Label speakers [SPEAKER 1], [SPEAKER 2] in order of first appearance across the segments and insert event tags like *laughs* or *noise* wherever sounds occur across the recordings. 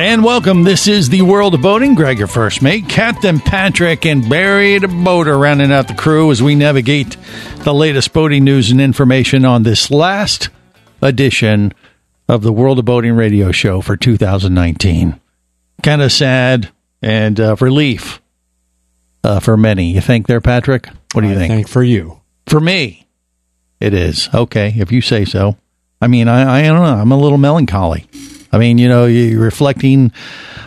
[SPEAKER 1] And welcome. This is the world of boating. Greg, your first mate, Captain Patrick, and Barry the boater rounding out the crew as we navigate the latest boating news and information on this last edition of the World of Boating radio show for 2019. Kind of sad and uh, relief uh, for many. You think there, Patrick? What do you think?
[SPEAKER 2] Thank for you.
[SPEAKER 1] For me, it is. Okay, if you say so. I mean, I, I don't know. I'm a little melancholy. I mean, you know, you're reflecting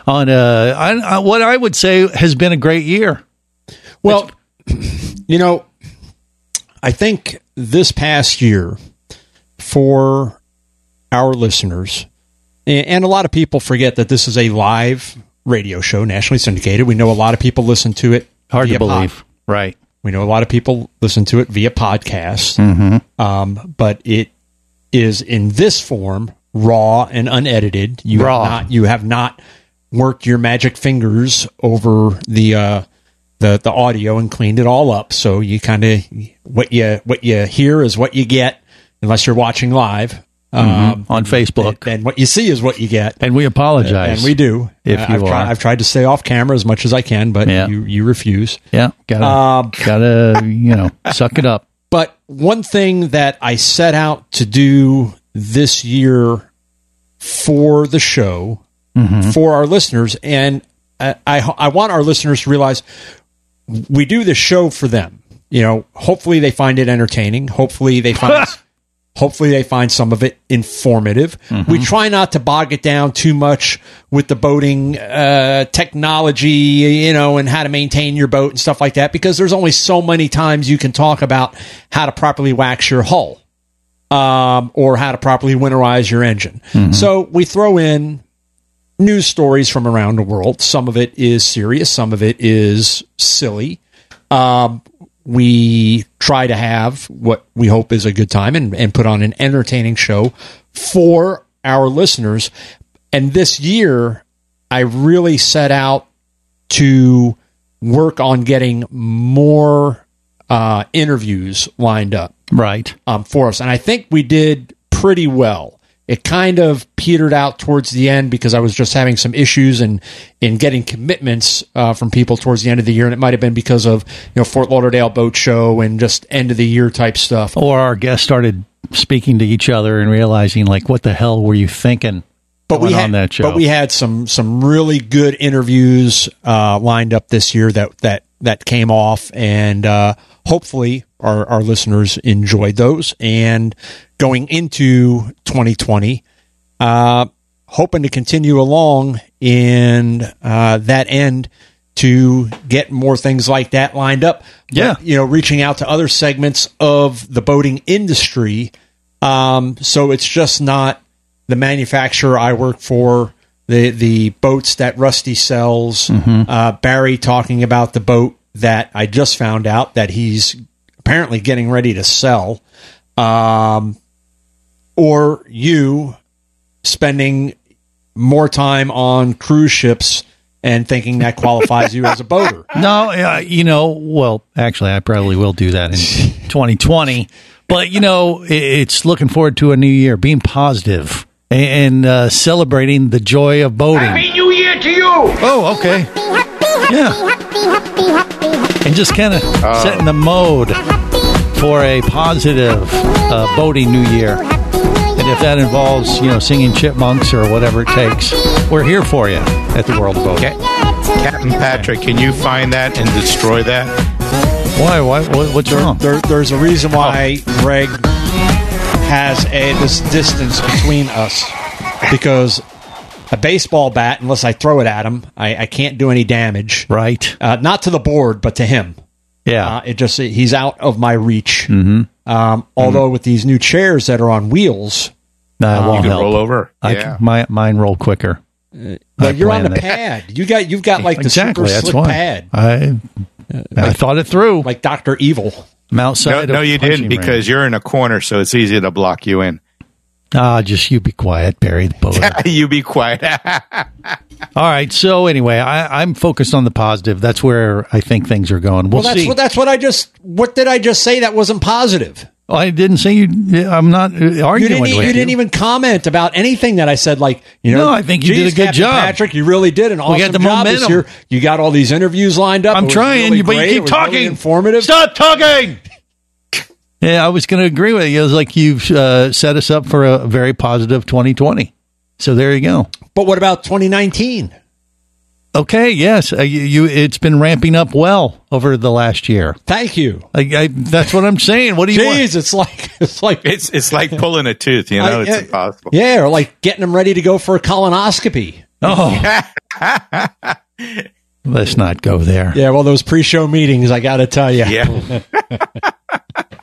[SPEAKER 1] on uh, I, I, what I would say has been a great year.
[SPEAKER 2] Well, *laughs* you know, I think this past year for our listeners, a- and a lot of people forget that this is a live radio show, nationally syndicated. We know a lot of people listen to it.
[SPEAKER 1] Hard
[SPEAKER 2] via
[SPEAKER 1] to
[SPEAKER 2] pod-
[SPEAKER 1] believe. Right.
[SPEAKER 2] We know a lot of people listen to it via podcast,
[SPEAKER 1] Mm-hmm.
[SPEAKER 2] um, but it is in this form raw and unedited. You
[SPEAKER 1] Raw.
[SPEAKER 2] have not you have not worked your magic fingers over the uh, the the audio and cleaned it all up. So you kind of what you what you hear is what you get, unless you're watching live. Um,
[SPEAKER 1] Uh-huh. On Facebook.
[SPEAKER 2] and what you see is what you get.
[SPEAKER 1] And we apologize.
[SPEAKER 2] And we do.
[SPEAKER 1] If
[SPEAKER 2] Uh,
[SPEAKER 1] you
[SPEAKER 2] I've,
[SPEAKER 1] are.
[SPEAKER 2] Tried, I've tried to stay off camera as much as I can, but
[SPEAKER 1] Yeah.
[SPEAKER 2] you, you refuse.
[SPEAKER 1] Yeah. Gotta,
[SPEAKER 2] Um,
[SPEAKER 1] gotta, you know, suck it up.
[SPEAKER 2] But one thing that I set out to do this year for the show, for our listeners, and I, I, I want our listeners to realize we do this show for them. You know, hopefully they find it entertaining. Hopefully they find. Hopefully they find some of it informative. We try not to bog it down too much with the boating uh, technology, you know, and how to maintain your boat and stuff like that, because there's only so many times you can talk about how to properly wax your hull um, or how to properly winterize your engine. So we throw in news stories from around the world. Some of it is serious, some of it is silly. Um, we try to have what we hope is a good time and, and put on an entertaining show for our listeners. And this year, I really set out to work on getting more uh, interviews lined up
[SPEAKER 1] Right.
[SPEAKER 2] um, for us. And I think we did pretty well. It kind of petered out towards the end because I was just having some issues and in getting commitments uh, from people towards the end of the year, and it might have been because of you know Fort Lauderdale Boat Show and just end of the year type stuff.
[SPEAKER 1] Or our guests started speaking to each other and realizing, like, what the hell were you thinking?
[SPEAKER 2] but we
[SPEAKER 1] going
[SPEAKER 2] had,
[SPEAKER 1] on that show.
[SPEAKER 2] But we had some some really good interviews uh, lined up this year that that that came off, and uh, hopefully our our listeners enjoyed those. And going into 2020, uh, hoping to continue along in uh, that end to get more things like that lined up. But,
[SPEAKER 1] Yeah.
[SPEAKER 2] you know, reaching out to other segments of the boating industry. Um, so it's just not the manufacturer I work for, the the boats that Rusty sells. Uh, Barry talking about the boat that I just found out that he's apparently getting ready to sell, um, or you spending more time on cruise ships and thinking that qualifies you as a boater.
[SPEAKER 1] No, uh, you know, well, actually, I probably will do that in
[SPEAKER 3] *laughs*
[SPEAKER 1] 2020. But you know, i- it's looking forward to a new year, being positive a- and uh, celebrating the joy of boating.
[SPEAKER 4] Happy New Year to you!
[SPEAKER 1] Oh, okay, yeah, and just kind of
[SPEAKER 3] Oh.
[SPEAKER 1] setting the mode for a positive uh, boating new year. And if that involves, you know, singing chipmunks or whatever it takes, we're here for you at the World of Boating.
[SPEAKER 3] Captain Patrick, can you find that and destroy that?
[SPEAKER 1] Why? Why? what- What's wrong?
[SPEAKER 2] There, there's a
[SPEAKER 1] Oh.
[SPEAKER 2] reason why Greg has a this distance between us because a baseball bat, unless I throw it at him, I, I can't do any damage.
[SPEAKER 1] Right.
[SPEAKER 2] Uh, not to the board, but to him.
[SPEAKER 1] Yeah.
[SPEAKER 2] Uh, it just he's out of my reach.
[SPEAKER 1] Mm-hmm.
[SPEAKER 2] Um, although with these new chairs that are on wheels,
[SPEAKER 1] Nah, it
[SPEAKER 3] uh, You
[SPEAKER 1] won't
[SPEAKER 3] can
[SPEAKER 1] help.
[SPEAKER 3] roll over.
[SPEAKER 1] I
[SPEAKER 3] yeah.
[SPEAKER 1] can, my mine roll quicker.
[SPEAKER 2] like you're on
[SPEAKER 1] plan
[SPEAKER 2] the
[SPEAKER 1] that.
[SPEAKER 2] pad. You got you've got like the
[SPEAKER 1] exactly.
[SPEAKER 2] super
[SPEAKER 1] That's
[SPEAKER 2] slick
[SPEAKER 1] why
[SPEAKER 2] pad,
[SPEAKER 1] I I thought it through.
[SPEAKER 2] like Doctor Evil.
[SPEAKER 1] Mount
[SPEAKER 3] no,
[SPEAKER 1] side.
[SPEAKER 3] no,
[SPEAKER 1] of
[SPEAKER 3] you
[SPEAKER 1] punching
[SPEAKER 3] didn't because
[SPEAKER 1] range.
[SPEAKER 3] you're in a corner, so it's easy to block
[SPEAKER 1] *laughs*
[SPEAKER 3] you in. *laughs*
[SPEAKER 1] ah, just you be quiet, Barry the boater.
[SPEAKER 3] you be quiet. *laughs*
[SPEAKER 1] All right. So anyway, I, I'm focused on the positive. That's where I think things are going. We'll,
[SPEAKER 2] Well, that's
[SPEAKER 1] see.
[SPEAKER 2] what that's what I just. What did I just say that wasn't positive?
[SPEAKER 1] I didn't say you. I'm not uh, arguing
[SPEAKER 2] You didn't. e-
[SPEAKER 1] with
[SPEAKER 2] You,
[SPEAKER 1] you.
[SPEAKER 2] didn't even comment about anything that I said. Like you know,
[SPEAKER 1] No, I think you did a
[SPEAKER 2] "Geez,
[SPEAKER 1] good
[SPEAKER 2] Captain
[SPEAKER 1] job.
[SPEAKER 2] Patrick. You really did an awesome
[SPEAKER 1] We got the
[SPEAKER 2] job this
[SPEAKER 1] momentum.
[SPEAKER 2] year. You got all these interviews lined up. It
[SPEAKER 1] I'm
[SPEAKER 2] was
[SPEAKER 1] trying,
[SPEAKER 2] really
[SPEAKER 1] you but
[SPEAKER 2] great.
[SPEAKER 1] you
[SPEAKER 2] It
[SPEAKER 1] keep
[SPEAKER 2] was really
[SPEAKER 1] talking.
[SPEAKER 2] informative.
[SPEAKER 1] Stop talking. *laughs* yeah, I was going to agree with you. It was like you've uh, set us up for a very positive 2020. So there you go.
[SPEAKER 2] But what about 2019?
[SPEAKER 1] Okay. Yes, uh, you, you. It's been ramping up well over the last year.
[SPEAKER 2] Thank you.
[SPEAKER 1] I, I, that's what I'm saying. What do you want?
[SPEAKER 2] Jeez, it's like *laughs* it's like
[SPEAKER 3] It's it's like pulling a tooth. You
[SPEAKER 2] I-
[SPEAKER 3] know, it's
[SPEAKER 2] uh,
[SPEAKER 3] impossible.
[SPEAKER 2] Yeah, or like getting them ready to go for a colonoscopy.
[SPEAKER 1] Oh,
[SPEAKER 2] *laughs*
[SPEAKER 1] let's not go there.
[SPEAKER 2] Yeah, well, those pre-show meetings, I got to tell you.
[SPEAKER 1] *laughs*
[SPEAKER 3] Yeah,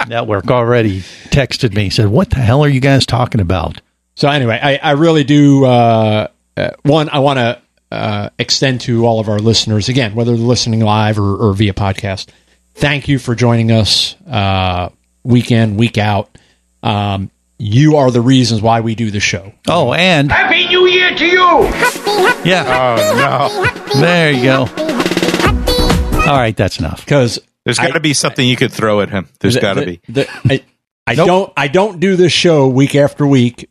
[SPEAKER 1] Network already texted me said, "What the hell are you guys talking about?"
[SPEAKER 2] So anyway, I, I really do. Uh, uh, one, I want to uh, extend to all of our listeners again, whether they're listening live or, or via podcast. Thank you for joining us uh, week in, week out. Um, you are the reasons why we do the show.
[SPEAKER 1] Oh, and
[SPEAKER 4] Happy New Year to you!
[SPEAKER 1] yeah, there you go.
[SPEAKER 2] Uh,
[SPEAKER 1] All right, that's enough.
[SPEAKER 2] Because
[SPEAKER 3] there's got to be something you could throw at him. There's got to be. *laughs*
[SPEAKER 2] I, I don't. I don't do this show week after week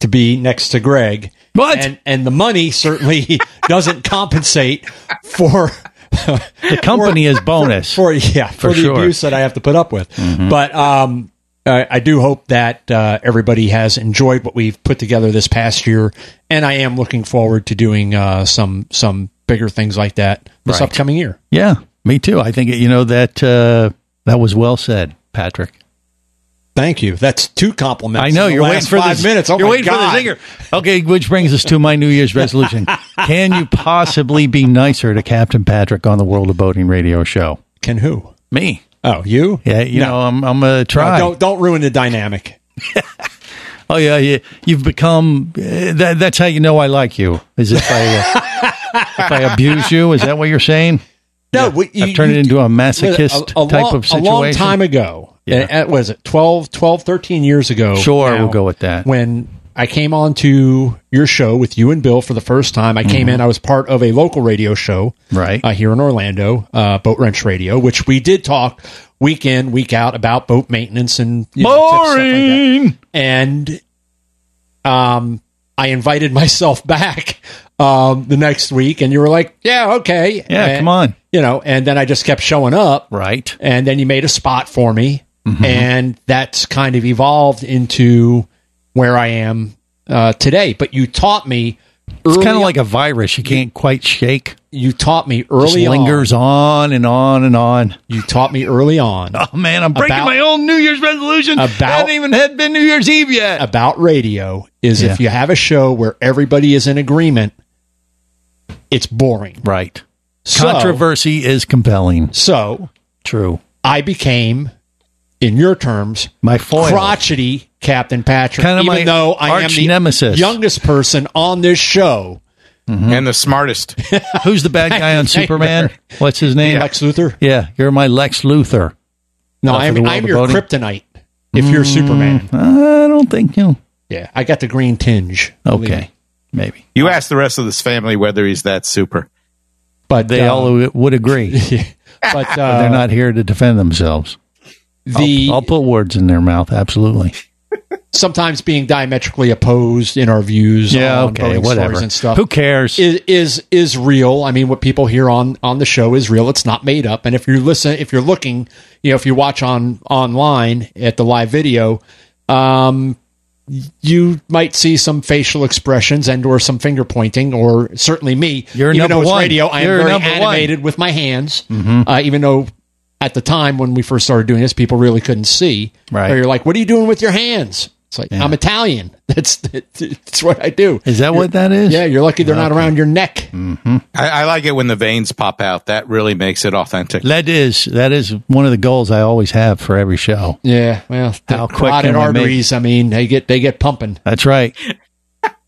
[SPEAKER 2] to be next to Greg.
[SPEAKER 1] What?
[SPEAKER 2] And and the money certainly *laughs* doesn't compensate for
[SPEAKER 1] The company is bonus.
[SPEAKER 2] for *laughs* yeah for, the
[SPEAKER 1] sure. Mm-hmm.
[SPEAKER 2] abuse that I have to put up with. But um, I, I do hope that uh, everybody has enjoyed what we've put together this past year, and I am looking forward to doing uh, some some bigger things like that this
[SPEAKER 1] Right.
[SPEAKER 2] upcoming year.
[SPEAKER 1] Yeah, me too. I think you know that uh, that was well said, Patrick.
[SPEAKER 2] Thank you. That's two compliments.
[SPEAKER 1] I know
[SPEAKER 2] in the
[SPEAKER 1] you're
[SPEAKER 2] last
[SPEAKER 1] waiting for
[SPEAKER 2] five
[SPEAKER 1] this.
[SPEAKER 2] minutes. Oh
[SPEAKER 1] you're
[SPEAKER 2] my
[SPEAKER 1] waiting
[SPEAKER 2] God.
[SPEAKER 1] for the zinger. Okay, which brings us to my New Year's
[SPEAKER 2] *laughs*
[SPEAKER 1] resolution. Can you possibly be nicer to Captain Patrick on the World of Boating Radio Show?
[SPEAKER 2] Can who?
[SPEAKER 1] Me?
[SPEAKER 2] Oh, you?
[SPEAKER 1] Yeah, you
[SPEAKER 2] No.
[SPEAKER 1] know I'm I'm gonna
[SPEAKER 2] No,
[SPEAKER 1] try.
[SPEAKER 2] don't don't ruin the dynamic.
[SPEAKER 1] Oh yeah, yeah. You've become. Uh, that, that's how you know I like you. Is if I uh,
[SPEAKER 2] *laughs*
[SPEAKER 1] if I abuse you. Is that what you're saying?
[SPEAKER 2] No, we- you-
[SPEAKER 1] I've turned
[SPEAKER 2] you-
[SPEAKER 1] it into a
[SPEAKER 2] a,
[SPEAKER 1] masochist
[SPEAKER 2] a
[SPEAKER 1] type
[SPEAKER 2] long,
[SPEAKER 1] of situation.
[SPEAKER 2] A long time ago,
[SPEAKER 1] Yeah.
[SPEAKER 2] uh, uh, was it 12, 12, 13 years ago?
[SPEAKER 1] Sure, we'll go with that.
[SPEAKER 2] When I came on to your show with you and Bill for the first time, I came in. I was part of a local radio show,
[SPEAKER 1] Mm-hmm. Right.
[SPEAKER 2] uh, here in Orlando, uh, Boat Wrench Radio, which we did talk week in, week out about boat maintenance and you know, tips, stuff like that
[SPEAKER 1] Boring.
[SPEAKER 2] and um, I invited *laughs* myself back um, the next week, and you were like, "Yeah, okay,
[SPEAKER 1] Yeah,
[SPEAKER 2] And-
[SPEAKER 1] come on.
[SPEAKER 2] you know." And then I just kept showing up,
[SPEAKER 1] Right.
[SPEAKER 2] and then you made a spot for me,
[SPEAKER 1] Mm-hmm.
[SPEAKER 2] and that's kind of evolved into where I am uh, today. But you taught me early.
[SPEAKER 1] It's kind of like a virus. You can't quite shake.
[SPEAKER 2] you taught me
[SPEAKER 1] Just
[SPEAKER 2] early on.
[SPEAKER 1] lingers on and on and on.
[SPEAKER 2] You taught me early on
[SPEAKER 1] *laughs* Oh man, I'm breaking
[SPEAKER 2] About-
[SPEAKER 1] my own New Year's resolution.
[SPEAKER 2] About-
[SPEAKER 1] I haven't even had been New Year's Eve yet.
[SPEAKER 2] about radio is
[SPEAKER 1] Yeah.
[SPEAKER 2] if you have a show where everybody is in agreement, it's boring.
[SPEAKER 1] right.
[SPEAKER 2] So-
[SPEAKER 1] Controversy is compelling.
[SPEAKER 2] So
[SPEAKER 1] True.
[SPEAKER 2] I became, in your terms,
[SPEAKER 1] My foil.
[SPEAKER 2] crotchety Captain Patrick.
[SPEAKER 1] Kinda
[SPEAKER 2] even
[SPEAKER 1] my
[SPEAKER 2] though I am
[SPEAKER 1] arch
[SPEAKER 2] the
[SPEAKER 1] nemesis.
[SPEAKER 2] youngest person on this show,
[SPEAKER 1] Mm-hmm.
[SPEAKER 3] And the smartest.
[SPEAKER 1] Who's the bad guy
[SPEAKER 2] *laughs*
[SPEAKER 1] on Superman? What's his name?
[SPEAKER 2] Lex Luthor.
[SPEAKER 1] Yeah, you're my Lex Luthor.
[SPEAKER 2] No,
[SPEAKER 1] Uh, for the
[SPEAKER 2] I'm,
[SPEAKER 1] world
[SPEAKER 2] I'm
[SPEAKER 1] of Mm.
[SPEAKER 2] your
[SPEAKER 1] voting.
[SPEAKER 2] kryptonite. If you're Superman,
[SPEAKER 1] I don't think you.
[SPEAKER 2] yeah, I got the green tinge. believe
[SPEAKER 1] Okay,
[SPEAKER 2] me.
[SPEAKER 1] maybe
[SPEAKER 3] You ask the rest of this family whether he's that super.
[SPEAKER 2] but
[SPEAKER 1] they
[SPEAKER 2] uh,
[SPEAKER 1] all would agree.
[SPEAKER 2] but
[SPEAKER 1] but *laughs*
[SPEAKER 2] uh,
[SPEAKER 1] they're not here to defend themselves.
[SPEAKER 2] the
[SPEAKER 1] I'll put words in their mouth. Absolutely.
[SPEAKER 2] sometimes being diametrically opposed in our views. on voting stories and stuff.
[SPEAKER 1] Who cares?
[SPEAKER 2] is is is real. I mean, what people hear on on the show is real. It's not made up. And if you listen, if you're looking, you know, if you watch on online at the live video, um, you might see some facial expressions and or some finger pointing, or certainly me.
[SPEAKER 1] You're
[SPEAKER 2] even
[SPEAKER 1] number
[SPEAKER 2] though it's
[SPEAKER 1] one.
[SPEAKER 2] radio, I
[SPEAKER 1] You're
[SPEAKER 2] am very
[SPEAKER 1] number one. Mm-hmm.
[SPEAKER 2] animated with my hands. Uh, even though at the time when we first started doing this, people really couldn't see.
[SPEAKER 1] Right.
[SPEAKER 2] Or you're like, what are you doing with your hands? It's like I'm Italian. *laughs* That's that's what I do.
[SPEAKER 1] Is that what that is?
[SPEAKER 2] Yeah, you're lucky they're not around your neck.
[SPEAKER 1] Mm.
[SPEAKER 3] I, I like it when the veins pop out. That really makes it authentic.
[SPEAKER 1] That is that is one of the goals I always have for every show.
[SPEAKER 2] Yeah, well,
[SPEAKER 1] How
[SPEAKER 2] the
[SPEAKER 1] quick
[SPEAKER 2] carotid
[SPEAKER 1] can we make-
[SPEAKER 2] arteries. I mean, they get they get pumping.
[SPEAKER 1] That's
[SPEAKER 2] *laughs*
[SPEAKER 1] right.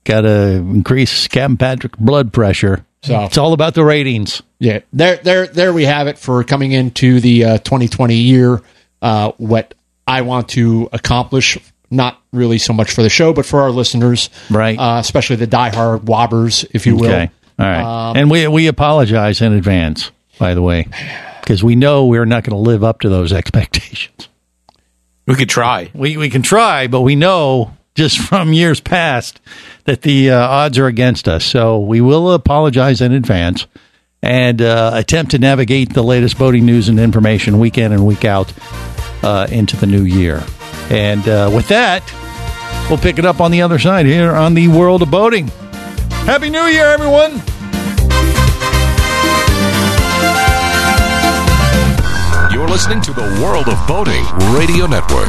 [SPEAKER 1] Got to increase Captain Patrick blood pressure.
[SPEAKER 2] So-
[SPEAKER 1] it's all about the ratings.
[SPEAKER 2] Yeah, there, there, there. We have it for coming into the uh, 2020 year. Uh, what I want to accomplish, not really so much for the show, but for our listeners,
[SPEAKER 1] Right.
[SPEAKER 2] Uh, especially the diehard wobbers, if you will. Um,
[SPEAKER 1] Okay. All right. and we we apologize in advance, by the way, because we know we're not going to live up to those expectations.
[SPEAKER 3] We could try.
[SPEAKER 1] We we can try, but we know just *laughs* from years past that the uh, odds are against us. So we will apologize in advance and uh, attempt to navigate the latest boating news and information week in and week out uh, into the new year. And uh, with that, we'll pick it up on the other side here on the world of boating. Happy New Year, everyone!
[SPEAKER 5] You're listening to the World of Boating Radio Network.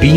[SPEAKER 6] Be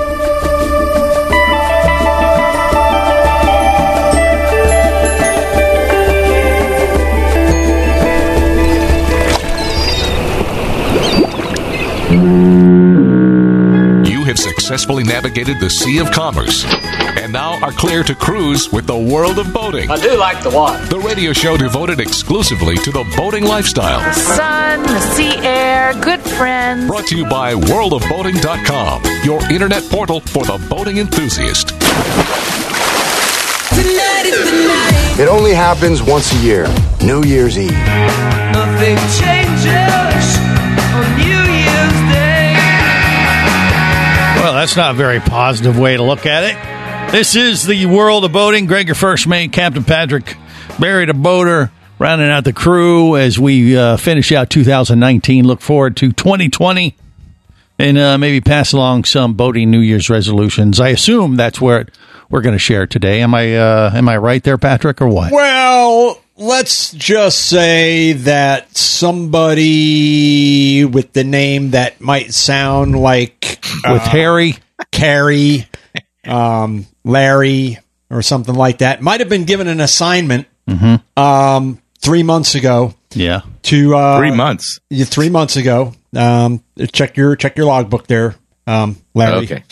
[SPEAKER 5] You have successfully navigated the Sea of Commerce and now are clear to cruise with the World of Boating,
[SPEAKER 7] I do like the water.
[SPEAKER 5] the radio show devoted exclusively to the boating lifestyle.
[SPEAKER 8] sun, the sea air, good friends.
[SPEAKER 5] Brought to you by worldofboating.com, your internet portal for the boating enthusiast.
[SPEAKER 9] It only happens once a year, New Year's Eve.
[SPEAKER 8] Nothing changes on New Year's Day.
[SPEAKER 1] Well, that's not a very positive way to look at it. This is the world of boating. Greg, your first mate, Captain Patrick, buried a boater, rounding out the crew as we uh, finish out 2019. Look forward to 2020 and uh, maybe pass along some boating New Year's resolutions. I assume that's where it, we're going to share today. Am I uh, am I right there, Patrick, or what?
[SPEAKER 2] Well, let's just say that somebody with the name that might sound like
[SPEAKER 1] With Harry,
[SPEAKER 2] Carrie, um, Larry, or something like that might have been given an assignment
[SPEAKER 3] Mm-hmm.
[SPEAKER 2] um, three months ago
[SPEAKER 1] yeah,
[SPEAKER 2] to uh,
[SPEAKER 3] Three months.
[SPEAKER 2] yeah, three months ago. Um, check your check your logbook there, um, Larry.
[SPEAKER 3] Okay.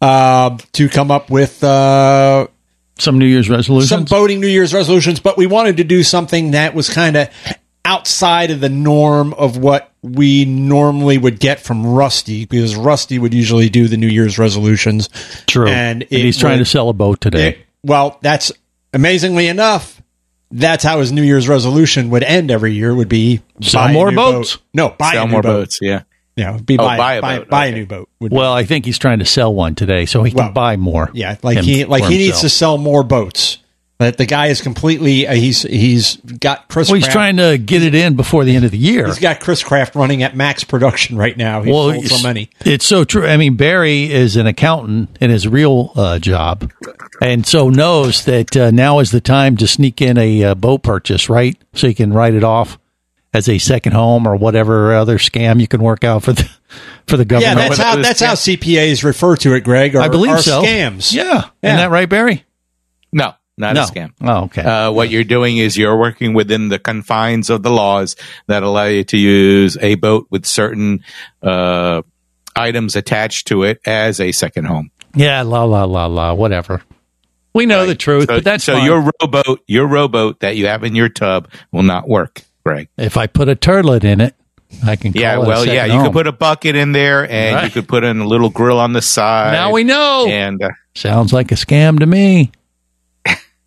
[SPEAKER 2] Uh, to come up with uh,
[SPEAKER 1] some New Year's resolutions.
[SPEAKER 2] some boating New Year's resolutions, but we wanted to do something that was kind of outside of the norm of what we normally would get from Rusty because Rusty would usually do the New Year's resolutions.
[SPEAKER 1] True. And, he's trying to sell a boat today.
[SPEAKER 2] Well, that's amazingly enough. That's how his New Year's resolution would end every year would be
[SPEAKER 1] Sell
[SPEAKER 2] buy a
[SPEAKER 1] more
[SPEAKER 2] new
[SPEAKER 1] boats.
[SPEAKER 2] boat. No, buy
[SPEAKER 1] Sell
[SPEAKER 2] a new
[SPEAKER 1] more
[SPEAKER 2] boat.
[SPEAKER 1] boats, yeah.
[SPEAKER 2] No, be
[SPEAKER 1] Oh,
[SPEAKER 2] buy,
[SPEAKER 1] buy
[SPEAKER 2] buy,
[SPEAKER 1] a
[SPEAKER 2] buy,
[SPEAKER 1] boat,
[SPEAKER 2] a new boat. Would-
[SPEAKER 1] well, I think he's trying to sell one today so he can buy more.
[SPEAKER 2] Yeah, like he like he needs to sell more boats. But the guy is completely uh, he's he's got Chris.
[SPEAKER 1] Well, he's
[SPEAKER 2] Kraft-
[SPEAKER 1] trying to get it in before the end of the year.
[SPEAKER 2] He's got Chris Craft running at max production right now. He's
[SPEAKER 1] well,
[SPEAKER 2] sold so
[SPEAKER 1] it's-
[SPEAKER 2] many.
[SPEAKER 1] It's so true. I mean, Barry is an accountant in his real uh, job, and so knows that uh, now is the time to sneak in a uh, boat purchase, right? So you can write it off as a second home or whatever other scam you can work out for the for the
[SPEAKER 2] yeah,
[SPEAKER 1] government.
[SPEAKER 2] that's how that's how CPAs refer to it, Greg. Are,
[SPEAKER 1] I believe
[SPEAKER 2] are
[SPEAKER 1] so.
[SPEAKER 2] Scams.
[SPEAKER 1] Yeah. Isn't that right, Barry?
[SPEAKER 3] No, not
[SPEAKER 1] No.
[SPEAKER 3] a scam.
[SPEAKER 1] Oh, okay.
[SPEAKER 3] Uh, what you're doing is you're working within the confines of the laws that allow you to use a boat with certain uh, items attached to it as a second home.
[SPEAKER 1] Yeah, la la la la, whatever. We know the truth, but that's
[SPEAKER 3] so
[SPEAKER 1] fine.
[SPEAKER 3] your rowboat, your rowboat that you have in your tub will not work, Greg.
[SPEAKER 1] If I put a turtlet in it, I can.
[SPEAKER 3] Yeah,
[SPEAKER 1] call it a
[SPEAKER 3] well, yeah,
[SPEAKER 1] second
[SPEAKER 3] you
[SPEAKER 1] home.
[SPEAKER 3] could put a bucket in there, and you
[SPEAKER 1] Right.
[SPEAKER 3] could put in a little grill on the side.
[SPEAKER 1] Now we know.
[SPEAKER 3] And uh,
[SPEAKER 1] Sounds like a scam to
[SPEAKER 3] *laughs*
[SPEAKER 1] me.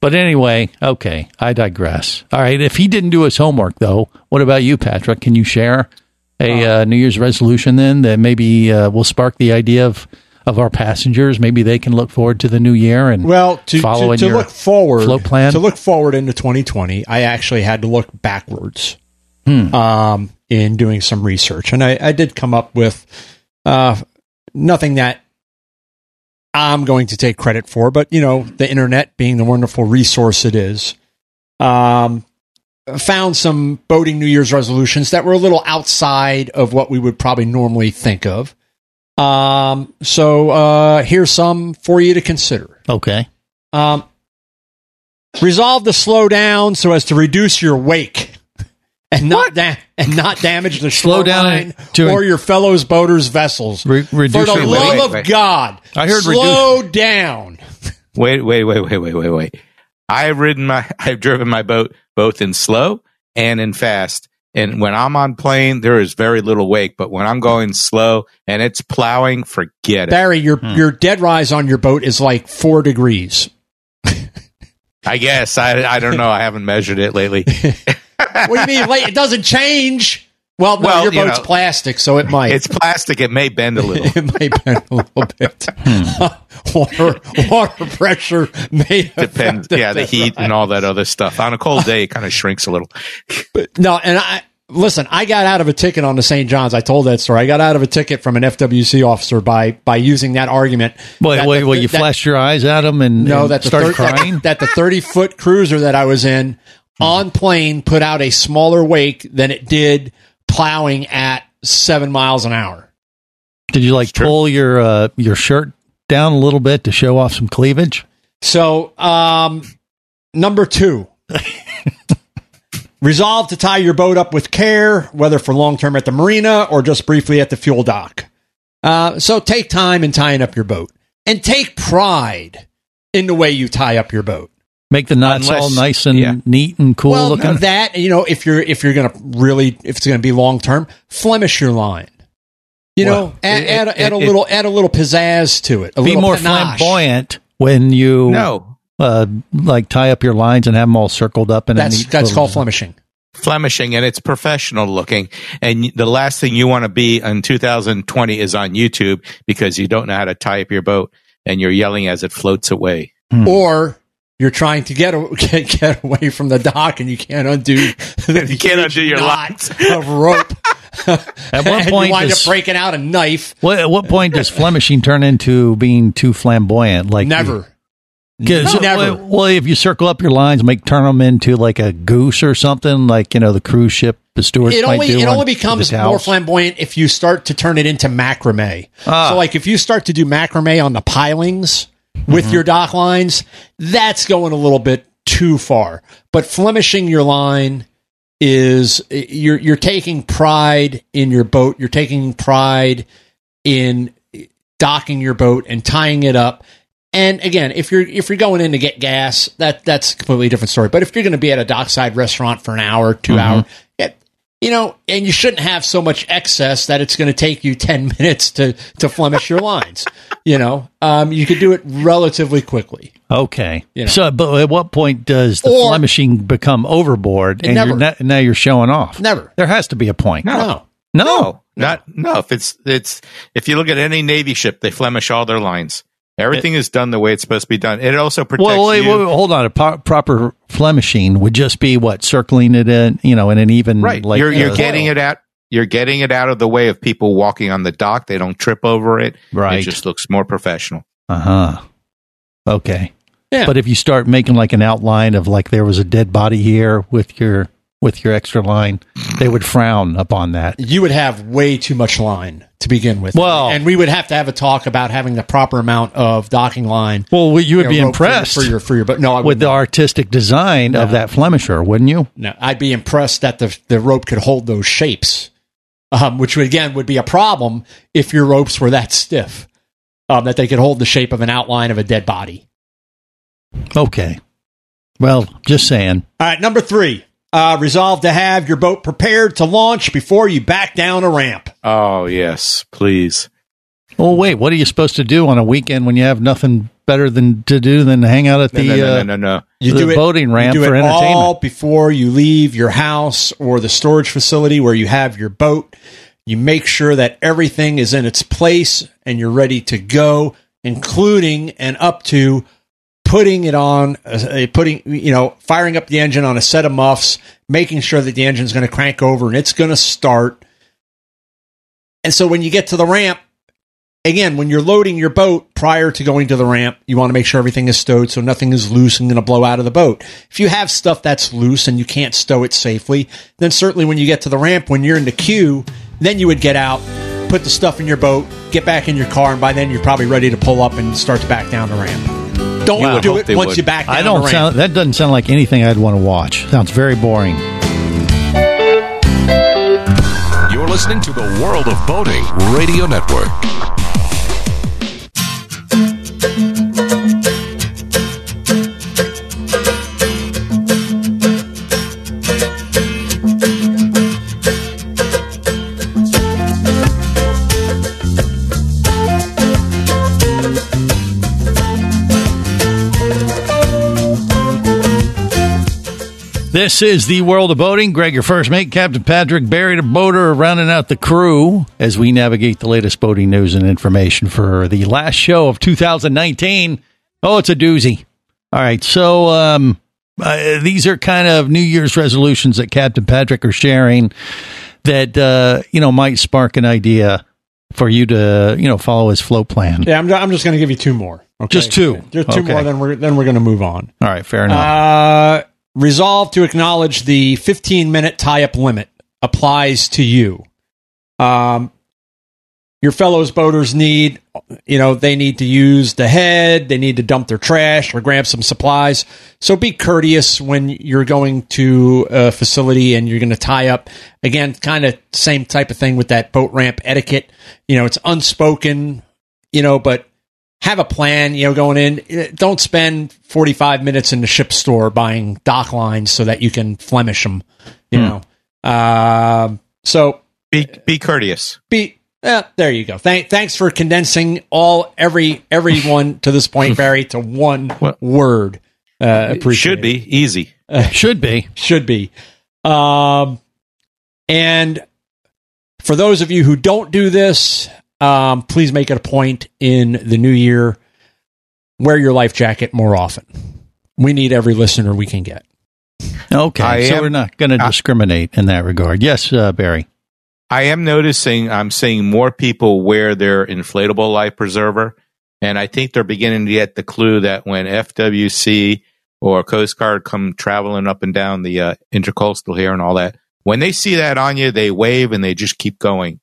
[SPEAKER 1] But anyway, okay, I digress. All right, if he didn't do his homework, though, what about you, Patrick? Can you share a
[SPEAKER 3] Uh-huh.
[SPEAKER 1] uh, New Year's resolution then that maybe uh, will spark the idea of of our passengers? Maybe they can look forward to the new year and
[SPEAKER 2] Well, to,
[SPEAKER 1] follow
[SPEAKER 2] to,
[SPEAKER 1] in
[SPEAKER 2] to
[SPEAKER 1] your
[SPEAKER 2] look forward,
[SPEAKER 1] flow plan.
[SPEAKER 2] to look forward into 2020, I actually had to look backwards
[SPEAKER 1] Hmm.
[SPEAKER 2] um, in doing some research, and I, I did come up with uh, nothing that I'm going to take credit for, but you know, the internet being the wonderful resource it is, um, found some boating New Year's resolutions that were a little outside of what we would probably normally think of. Um, so uh, here's some for you to consider.
[SPEAKER 1] okay,
[SPEAKER 2] Um, resolve to slow down so as to reduce your wake *laughs* and not da- and not damage the
[SPEAKER 1] Slow down
[SPEAKER 2] shoreline
[SPEAKER 1] to-
[SPEAKER 2] or your fellows boaters' vessels.
[SPEAKER 1] Re-
[SPEAKER 2] For
[SPEAKER 1] reduce
[SPEAKER 2] the
[SPEAKER 1] your
[SPEAKER 2] love
[SPEAKER 3] wake.
[SPEAKER 2] of God,
[SPEAKER 1] I heard reduce-
[SPEAKER 2] slow down.
[SPEAKER 3] wait, wait, wait, wait, wait, wait, wait. I've ridden my, *laughs* I've driven my boat both in slow and in fast. And when I'm on plane, there is very little wake. But when I'm going slow and it's plowing, forget it.
[SPEAKER 2] Barry, your
[SPEAKER 1] Hmm.
[SPEAKER 2] your dead rise on your boat is like four degrees.
[SPEAKER 3] I guess I, I don't know. I haven't measured it lately.
[SPEAKER 2] what do you mean? Like, it doesn't change. Well, no,
[SPEAKER 3] Well,
[SPEAKER 2] your
[SPEAKER 3] you
[SPEAKER 2] boat's
[SPEAKER 3] know,
[SPEAKER 2] plastic, so it might.
[SPEAKER 3] It's plastic. It may bend a little.
[SPEAKER 2] *laughs* it might bend a little bit. *laughs* water, water pressure may
[SPEAKER 3] Depends. Yeah, the heat and all that other stuff. On a cold day, it kind of shrinks a little.
[SPEAKER 2] No, and I listen. I got out of a ticket on the St. John's. I told that story. I got out of a ticket from an FWC officer by by using that argument.
[SPEAKER 1] well,
[SPEAKER 2] that
[SPEAKER 1] well,
[SPEAKER 2] the-
[SPEAKER 1] well, you
[SPEAKER 2] that-
[SPEAKER 1] flashed your eyes at him and,
[SPEAKER 2] No,
[SPEAKER 1] and
[SPEAKER 2] that the
[SPEAKER 1] started
[SPEAKER 2] thir- that-
[SPEAKER 1] crying.
[SPEAKER 2] That, the thirty foot cruiser that I was in on plane put out a smaller wake than it did plowing at seven miles an hour.
[SPEAKER 1] Did you like pull your uh, your shirt down a little bit to show off some cleavage?
[SPEAKER 2] So, um, number two,
[SPEAKER 3] *laughs*
[SPEAKER 2] resolve to tie your boat up with care, whether for long term at the marina or just briefly at the fuel dock. Uh, so, take time in tying up your boat and take pride in the way you tie up your boat.
[SPEAKER 1] Make the knots
[SPEAKER 3] Unless-
[SPEAKER 1] all nice and
[SPEAKER 3] yeah.
[SPEAKER 1] neat and cool
[SPEAKER 2] well,
[SPEAKER 1] looking.
[SPEAKER 2] that you know, if you're if you're gonna really if it's gonna be long term, Flemish your line. You know,
[SPEAKER 3] Well,
[SPEAKER 2] add,
[SPEAKER 3] it-
[SPEAKER 2] add, a,
[SPEAKER 3] it-
[SPEAKER 2] add a
[SPEAKER 3] it-
[SPEAKER 2] little add a little pizzazz to it. A
[SPEAKER 1] be
[SPEAKER 2] little
[SPEAKER 1] more
[SPEAKER 2] panache.
[SPEAKER 1] flamboyant when you
[SPEAKER 3] No,
[SPEAKER 1] uh, like tie up your lines and have them all circled up in a
[SPEAKER 2] That's
[SPEAKER 1] neat
[SPEAKER 2] that's
[SPEAKER 1] little-
[SPEAKER 2] called Flemishing.
[SPEAKER 3] Flemishing and it's professional looking. And y- the last thing you want to be in 2020 is on YouTube because you don't know how to tie up your boat and you're yelling as it floats away.
[SPEAKER 2] or you're trying to get, a, *laughs* get get away from the dock and you can't
[SPEAKER 3] *laughs*
[SPEAKER 2] undo the
[SPEAKER 3] You can't undo your
[SPEAKER 2] knot of
[SPEAKER 3] *laughs*
[SPEAKER 2] rope.
[SPEAKER 1] *laughs* At what
[SPEAKER 2] *laughs* and
[SPEAKER 1] point
[SPEAKER 2] you wind
[SPEAKER 1] does-
[SPEAKER 2] up breaking out a knife.
[SPEAKER 1] What, at what point does Flemishing turn into being too flamboyant? Like
[SPEAKER 2] Never.
[SPEAKER 1] 'Cause-
[SPEAKER 2] Never.
[SPEAKER 1] Well, well, if you circle up your lines, make turn them into like a goose or something, like you know the cruise ship the stewards
[SPEAKER 2] It
[SPEAKER 1] might
[SPEAKER 2] only
[SPEAKER 1] do
[SPEAKER 2] it
[SPEAKER 1] on
[SPEAKER 2] only
[SPEAKER 1] the
[SPEAKER 2] becomes
[SPEAKER 1] towels.
[SPEAKER 2] more flamboyant if you start to turn it into macrame.
[SPEAKER 1] Ah.
[SPEAKER 2] So like if you start to do macrame on the pilings with
[SPEAKER 1] Mm-hmm.
[SPEAKER 2] your dock lines, that's going a little bit too far. But Flemishing your line is you're you're taking pride in your boat. You're taking pride in docking your boat and tying it up. And again, if you're if you're going in to get
[SPEAKER 1] Mm-hmm.
[SPEAKER 2] gas, that that's a completely different story. But if you're going to be at a dockside restaurant for an hour, 2 hour, get you know, and you shouldn't have so much excess that it's going to take you 10 *laughs* minutes to, to flemish your lines. You know, um, you could do it relatively quickly.
[SPEAKER 1] Okay.
[SPEAKER 2] You know.
[SPEAKER 1] So, but at what point does the
[SPEAKER 2] Or-
[SPEAKER 1] Flemishing become overboard,
[SPEAKER 2] It
[SPEAKER 1] and you're
[SPEAKER 2] never-
[SPEAKER 1] not, now you're showing off?
[SPEAKER 2] Never.
[SPEAKER 1] There has to be a point.
[SPEAKER 2] No.
[SPEAKER 1] No.
[SPEAKER 3] No, not no. If it's it's if you look at any navy ship, they flemish all their lines. Everything is done the way it's supposed to be done. It also protects
[SPEAKER 1] Well, wait,
[SPEAKER 3] you.
[SPEAKER 1] wait, wait, hold on. A po- proper Flemishing would just be what circling it in, you know, in an even
[SPEAKER 3] right.
[SPEAKER 1] Like,
[SPEAKER 3] you're you're
[SPEAKER 1] uh,
[SPEAKER 3] getting it out. You're getting it out of the way of people walking on the dock. They don't trip over it.
[SPEAKER 1] Right.
[SPEAKER 3] It just looks more professional.
[SPEAKER 1] Uh huh. Okay.
[SPEAKER 2] Yeah.
[SPEAKER 1] But if you start making like an outline of like there was a dead body here with your with your extra line, they would frown upon that.
[SPEAKER 2] you would have way too much line to begin with.
[SPEAKER 1] Well-
[SPEAKER 2] and we would have to have a talk about having the proper amount of docking line.
[SPEAKER 1] Well, you would
[SPEAKER 2] know,
[SPEAKER 1] be
[SPEAKER 2] rope for-
[SPEAKER 1] impressed
[SPEAKER 2] for your for your. But no, I
[SPEAKER 1] with
[SPEAKER 2] would
[SPEAKER 1] the artistic design of that Flemisher, wouldn't you?
[SPEAKER 2] no, I'd be impressed that the the rope could hold those shapes, um, which would, again would be a problem if your ropes were that stiff um, that they could hold the shape of an outline of a dead body.
[SPEAKER 1] Okay. Well, just saying.
[SPEAKER 2] All right, number three. Uh, resolve to have your boat prepared to launch before you back down a ramp.
[SPEAKER 3] Oh yes, please.
[SPEAKER 1] Oh wait, what are you supposed to do on a weekend when you have nothing better than to do than hang out at
[SPEAKER 3] No,
[SPEAKER 1] the
[SPEAKER 3] no, no,
[SPEAKER 1] uh,
[SPEAKER 3] no, no, no.
[SPEAKER 2] You
[SPEAKER 1] the
[SPEAKER 2] do it,
[SPEAKER 1] boating ramp
[SPEAKER 2] you do
[SPEAKER 1] for
[SPEAKER 2] it
[SPEAKER 1] entertainment?
[SPEAKER 2] all before you leave your house or the storage facility where you have your boat. You make sure that everything is in its place and you're ready to go, including and up to putting it on, uh, putting you know, firing up the engine on a set of muffs, making sure that the engine's going to crank over and it's going to start. And so when you get to the ramp, again, when you're loading your boat prior to going to the ramp, you want to make sure everything is stowed so nothing is loose and going to blow out of the boat. If you have stuff that's loose and you can't stow it safely, then certainly when you get to the ramp, when you're in the queue, then you would get out, put the stuff in your boat, get back in your car, and by then you're probably ready to pull up and start to back down the ramp. Don't
[SPEAKER 3] would
[SPEAKER 2] do
[SPEAKER 3] hope
[SPEAKER 2] it
[SPEAKER 3] they
[SPEAKER 2] once
[SPEAKER 3] would.
[SPEAKER 2] you back down
[SPEAKER 1] I don't
[SPEAKER 2] the ramp.
[SPEAKER 1] sound that doesn't sound like anything I'd want to watch. Sounds very boring.
[SPEAKER 5] You're listening to the World of Boating Radio Network.
[SPEAKER 1] This is the world of boating. Greg, your first mate, Captain Patrick, Barry the boater, rounding out the crew as we navigate the latest boating news and information for the last show of 2019. Oh, it's a doozy. All right, so um, uh, these are kind of New Year's resolutions that Captain Patrick are sharing that uh, you know might spark an idea for you to you know follow his flow plan.
[SPEAKER 2] Yeah, I'm, I'm just going to give you two more. Okay?
[SPEAKER 1] Just two.
[SPEAKER 2] Just two
[SPEAKER 1] Okay.
[SPEAKER 2] more. Then we're then we're going to move on.
[SPEAKER 1] All right, fair enough.
[SPEAKER 2] Uh, resolve to acknowledge the 15 minute tie up limit applies to you. Um, your fellows boaters need, you know, they need to use the head, they need to dump their trash or grab some supplies. So be courteous when you're going to a facility and you're going to tie up. Again, kind of same type of thing with that boat ramp etiquette. You know, it's unspoken, you know, but have a plan, you know, going in. Eh, Don't spend 45 minutes in the ship store buying dock lines so that you can Flemish them,
[SPEAKER 3] Hmm.
[SPEAKER 2] you know. Um, so
[SPEAKER 3] Be be courteous.
[SPEAKER 2] be eh, there you go. Thank, thanks for condensing all every everyone to this
[SPEAKER 3] *laughs*
[SPEAKER 2] point, Barry, to one
[SPEAKER 3] What?
[SPEAKER 2] word. Uh, appreciate
[SPEAKER 3] Should
[SPEAKER 2] it.
[SPEAKER 3] be easy.
[SPEAKER 1] Should be.
[SPEAKER 2] *laughs* should be. Um, and for those of you who don't do this, um, please make it a point in the new year wear your life jacket more often. We need every listener we can get.
[SPEAKER 1] Okay,
[SPEAKER 3] I
[SPEAKER 1] so
[SPEAKER 3] am-
[SPEAKER 1] we're not going to
[SPEAKER 3] I-
[SPEAKER 1] discriminate in that regard. Yes, uh, Barry.
[SPEAKER 3] I am noticing I'm seeing more people wear their inflatable life preserver, and I think they're beginning to get the clue that when FWC or Coast Guard come traveling up and down the uh, intercoastal here and all that, when they see that on you, they wave and they just keep going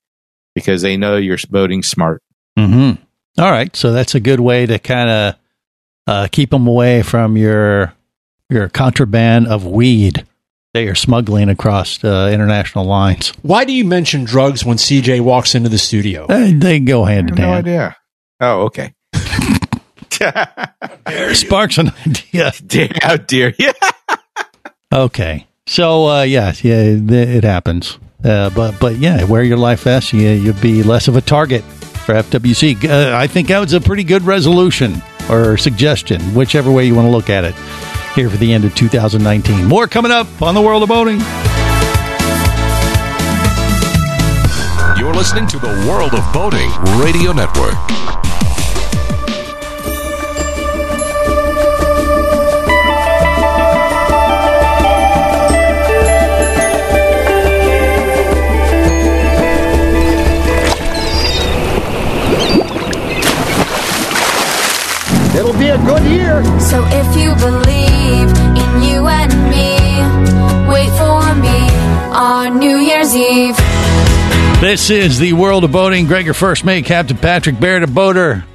[SPEAKER 3] because they know you're boating smart.
[SPEAKER 1] Mm-hmm. All right, so that's a good way to kind of uh, keep them away from your your contraband of weed that you're smuggling across uh, international lines.
[SPEAKER 2] Why do you mention drugs when CJ walks into the studio?
[SPEAKER 1] They, they go hand in
[SPEAKER 3] No
[SPEAKER 1] hand.
[SPEAKER 3] idea. Oh, okay. *laughs*
[SPEAKER 1] Sparks an *laughs* idea.
[SPEAKER 3] Dear, *laughs* how dear. Yeah.
[SPEAKER 1] Okay, so uh, yes, yeah, th- it happens. Uh, but but yeah, wear your life vest. You, you'll be less of a target for FWC. Uh, I think that was a pretty good resolution or suggestion, whichever way you want to look at it. Here for the end of 2019. More coming up on the world of boating.
[SPEAKER 5] You're listening to the World of Boating Radio Network.
[SPEAKER 7] It'll be a good year.
[SPEAKER 10] So if you believe in you and me, wait for me on New Year's Eve.
[SPEAKER 1] This is the world of boating. Gregor First Mate, Captain Patrick Baird of Boater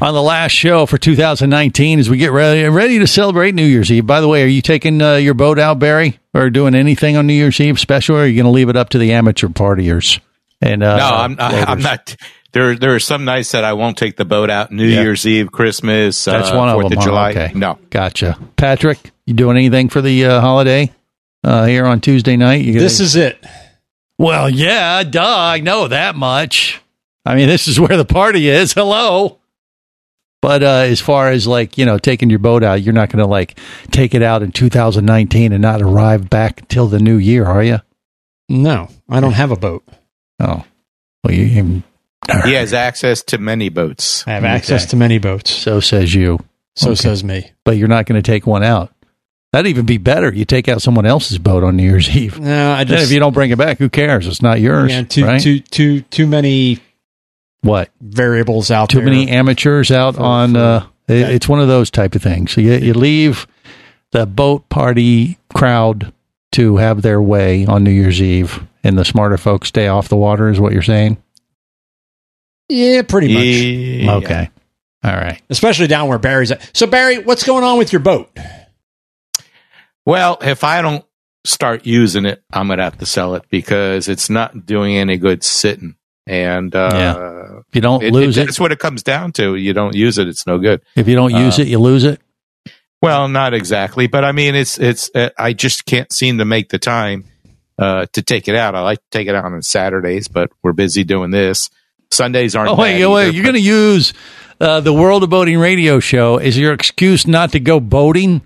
[SPEAKER 1] on the last show for 2019 as we get ready, ready to celebrate New Year's Eve. By the way, are you taking uh, your boat out, Barry, or doing anything on New Year's Eve special, or are you going to leave it up to the amateur partiers? And uh,
[SPEAKER 3] no, I'm I, I'm
[SPEAKER 1] boaters?
[SPEAKER 3] not. There there are some nights that I won't take the boat out. New
[SPEAKER 1] Yeah.
[SPEAKER 3] Year's Eve, Christmas,
[SPEAKER 1] That's
[SPEAKER 3] uh,
[SPEAKER 1] one of
[SPEAKER 3] Fourth
[SPEAKER 1] them.
[SPEAKER 3] of
[SPEAKER 1] huh?
[SPEAKER 3] July.
[SPEAKER 1] Okay.
[SPEAKER 3] No,
[SPEAKER 1] Gotcha. Patrick, you doing anything for the uh, holiday uh, here on Tuesday night? You
[SPEAKER 2] This
[SPEAKER 1] gonna-
[SPEAKER 2] is it.
[SPEAKER 1] Well, yeah, duh, I know that much. I mean, this is where the party is. Hello. But uh, as far as like, you know, taking your boat out, you're not going to like take it out in 2019 and not arrive back till the new year, are you?
[SPEAKER 2] No, I don't have a boat.
[SPEAKER 1] Oh. Well, you, you
[SPEAKER 3] he has access to many boats.
[SPEAKER 2] I have
[SPEAKER 1] Okay.
[SPEAKER 2] access to many boats.
[SPEAKER 1] so says you,
[SPEAKER 2] So
[SPEAKER 1] Okay.
[SPEAKER 2] says me.
[SPEAKER 1] but you're not going to take one out. That'd even be better. You take out someone else's boat on New Year's Eve.
[SPEAKER 2] No, I
[SPEAKER 1] And then
[SPEAKER 2] just
[SPEAKER 1] if you don't bring it back, who cares? It's not yours.
[SPEAKER 2] man, too,
[SPEAKER 1] right?
[SPEAKER 2] too too too many
[SPEAKER 1] what?
[SPEAKER 2] variables out
[SPEAKER 1] too
[SPEAKER 2] there.
[SPEAKER 1] many amateurs out
[SPEAKER 2] For-
[SPEAKER 1] on
[SPEAKER 2] for-
[SPEAKER 1] uh, it-
[SPEAKER 2] okay.
[SPEAKER 1] it's one of those type of things so you, you leave the boat party crowd to have their way on new year's eve and the smarter folks stay off the water is what you're saying
[SPEAKER 2] yeah, pretty much.
[SPEAKER 3] Yeah.
[SPEAKER 1] okay all right
[SPEAKER 2] Especially down where Barry's at. So Barry, what's going on with your boat?
[SPEAKER 3] Well, if I don't start using it, I'm gonna have to sell it because it's not doing any good sitting. And uh,
[SPEAKER 1] Yeah. if you don't
[SPEAKER 3] it- it-
[SPEAKER 1] lose it,
[SPEAKER 3] That's what it comes down to. You don't use it, it's no good.
[SPEAKER 1] if you don't use
[SPEAKER 3] uh,
[SPEAKER 1] it you lose it
[SPEAKER 3] Well, not exactly, but I mean, it's it's. Uh, I just can't seem to make the time uh, to take it out. I like to take it out on Saturdays, but we're busy doing this. Sundays aren't.
[SPEAKER 1] oh wait
[SPEAKER 3] bad
[SPEAKER 1] wait
[SPEAKER 3] either,
[SPEAKER 1] you're
[SPEAKER 3] but-
[SPEAKER 1] going to use uh, the world of boating radio show is your excuse not to go boating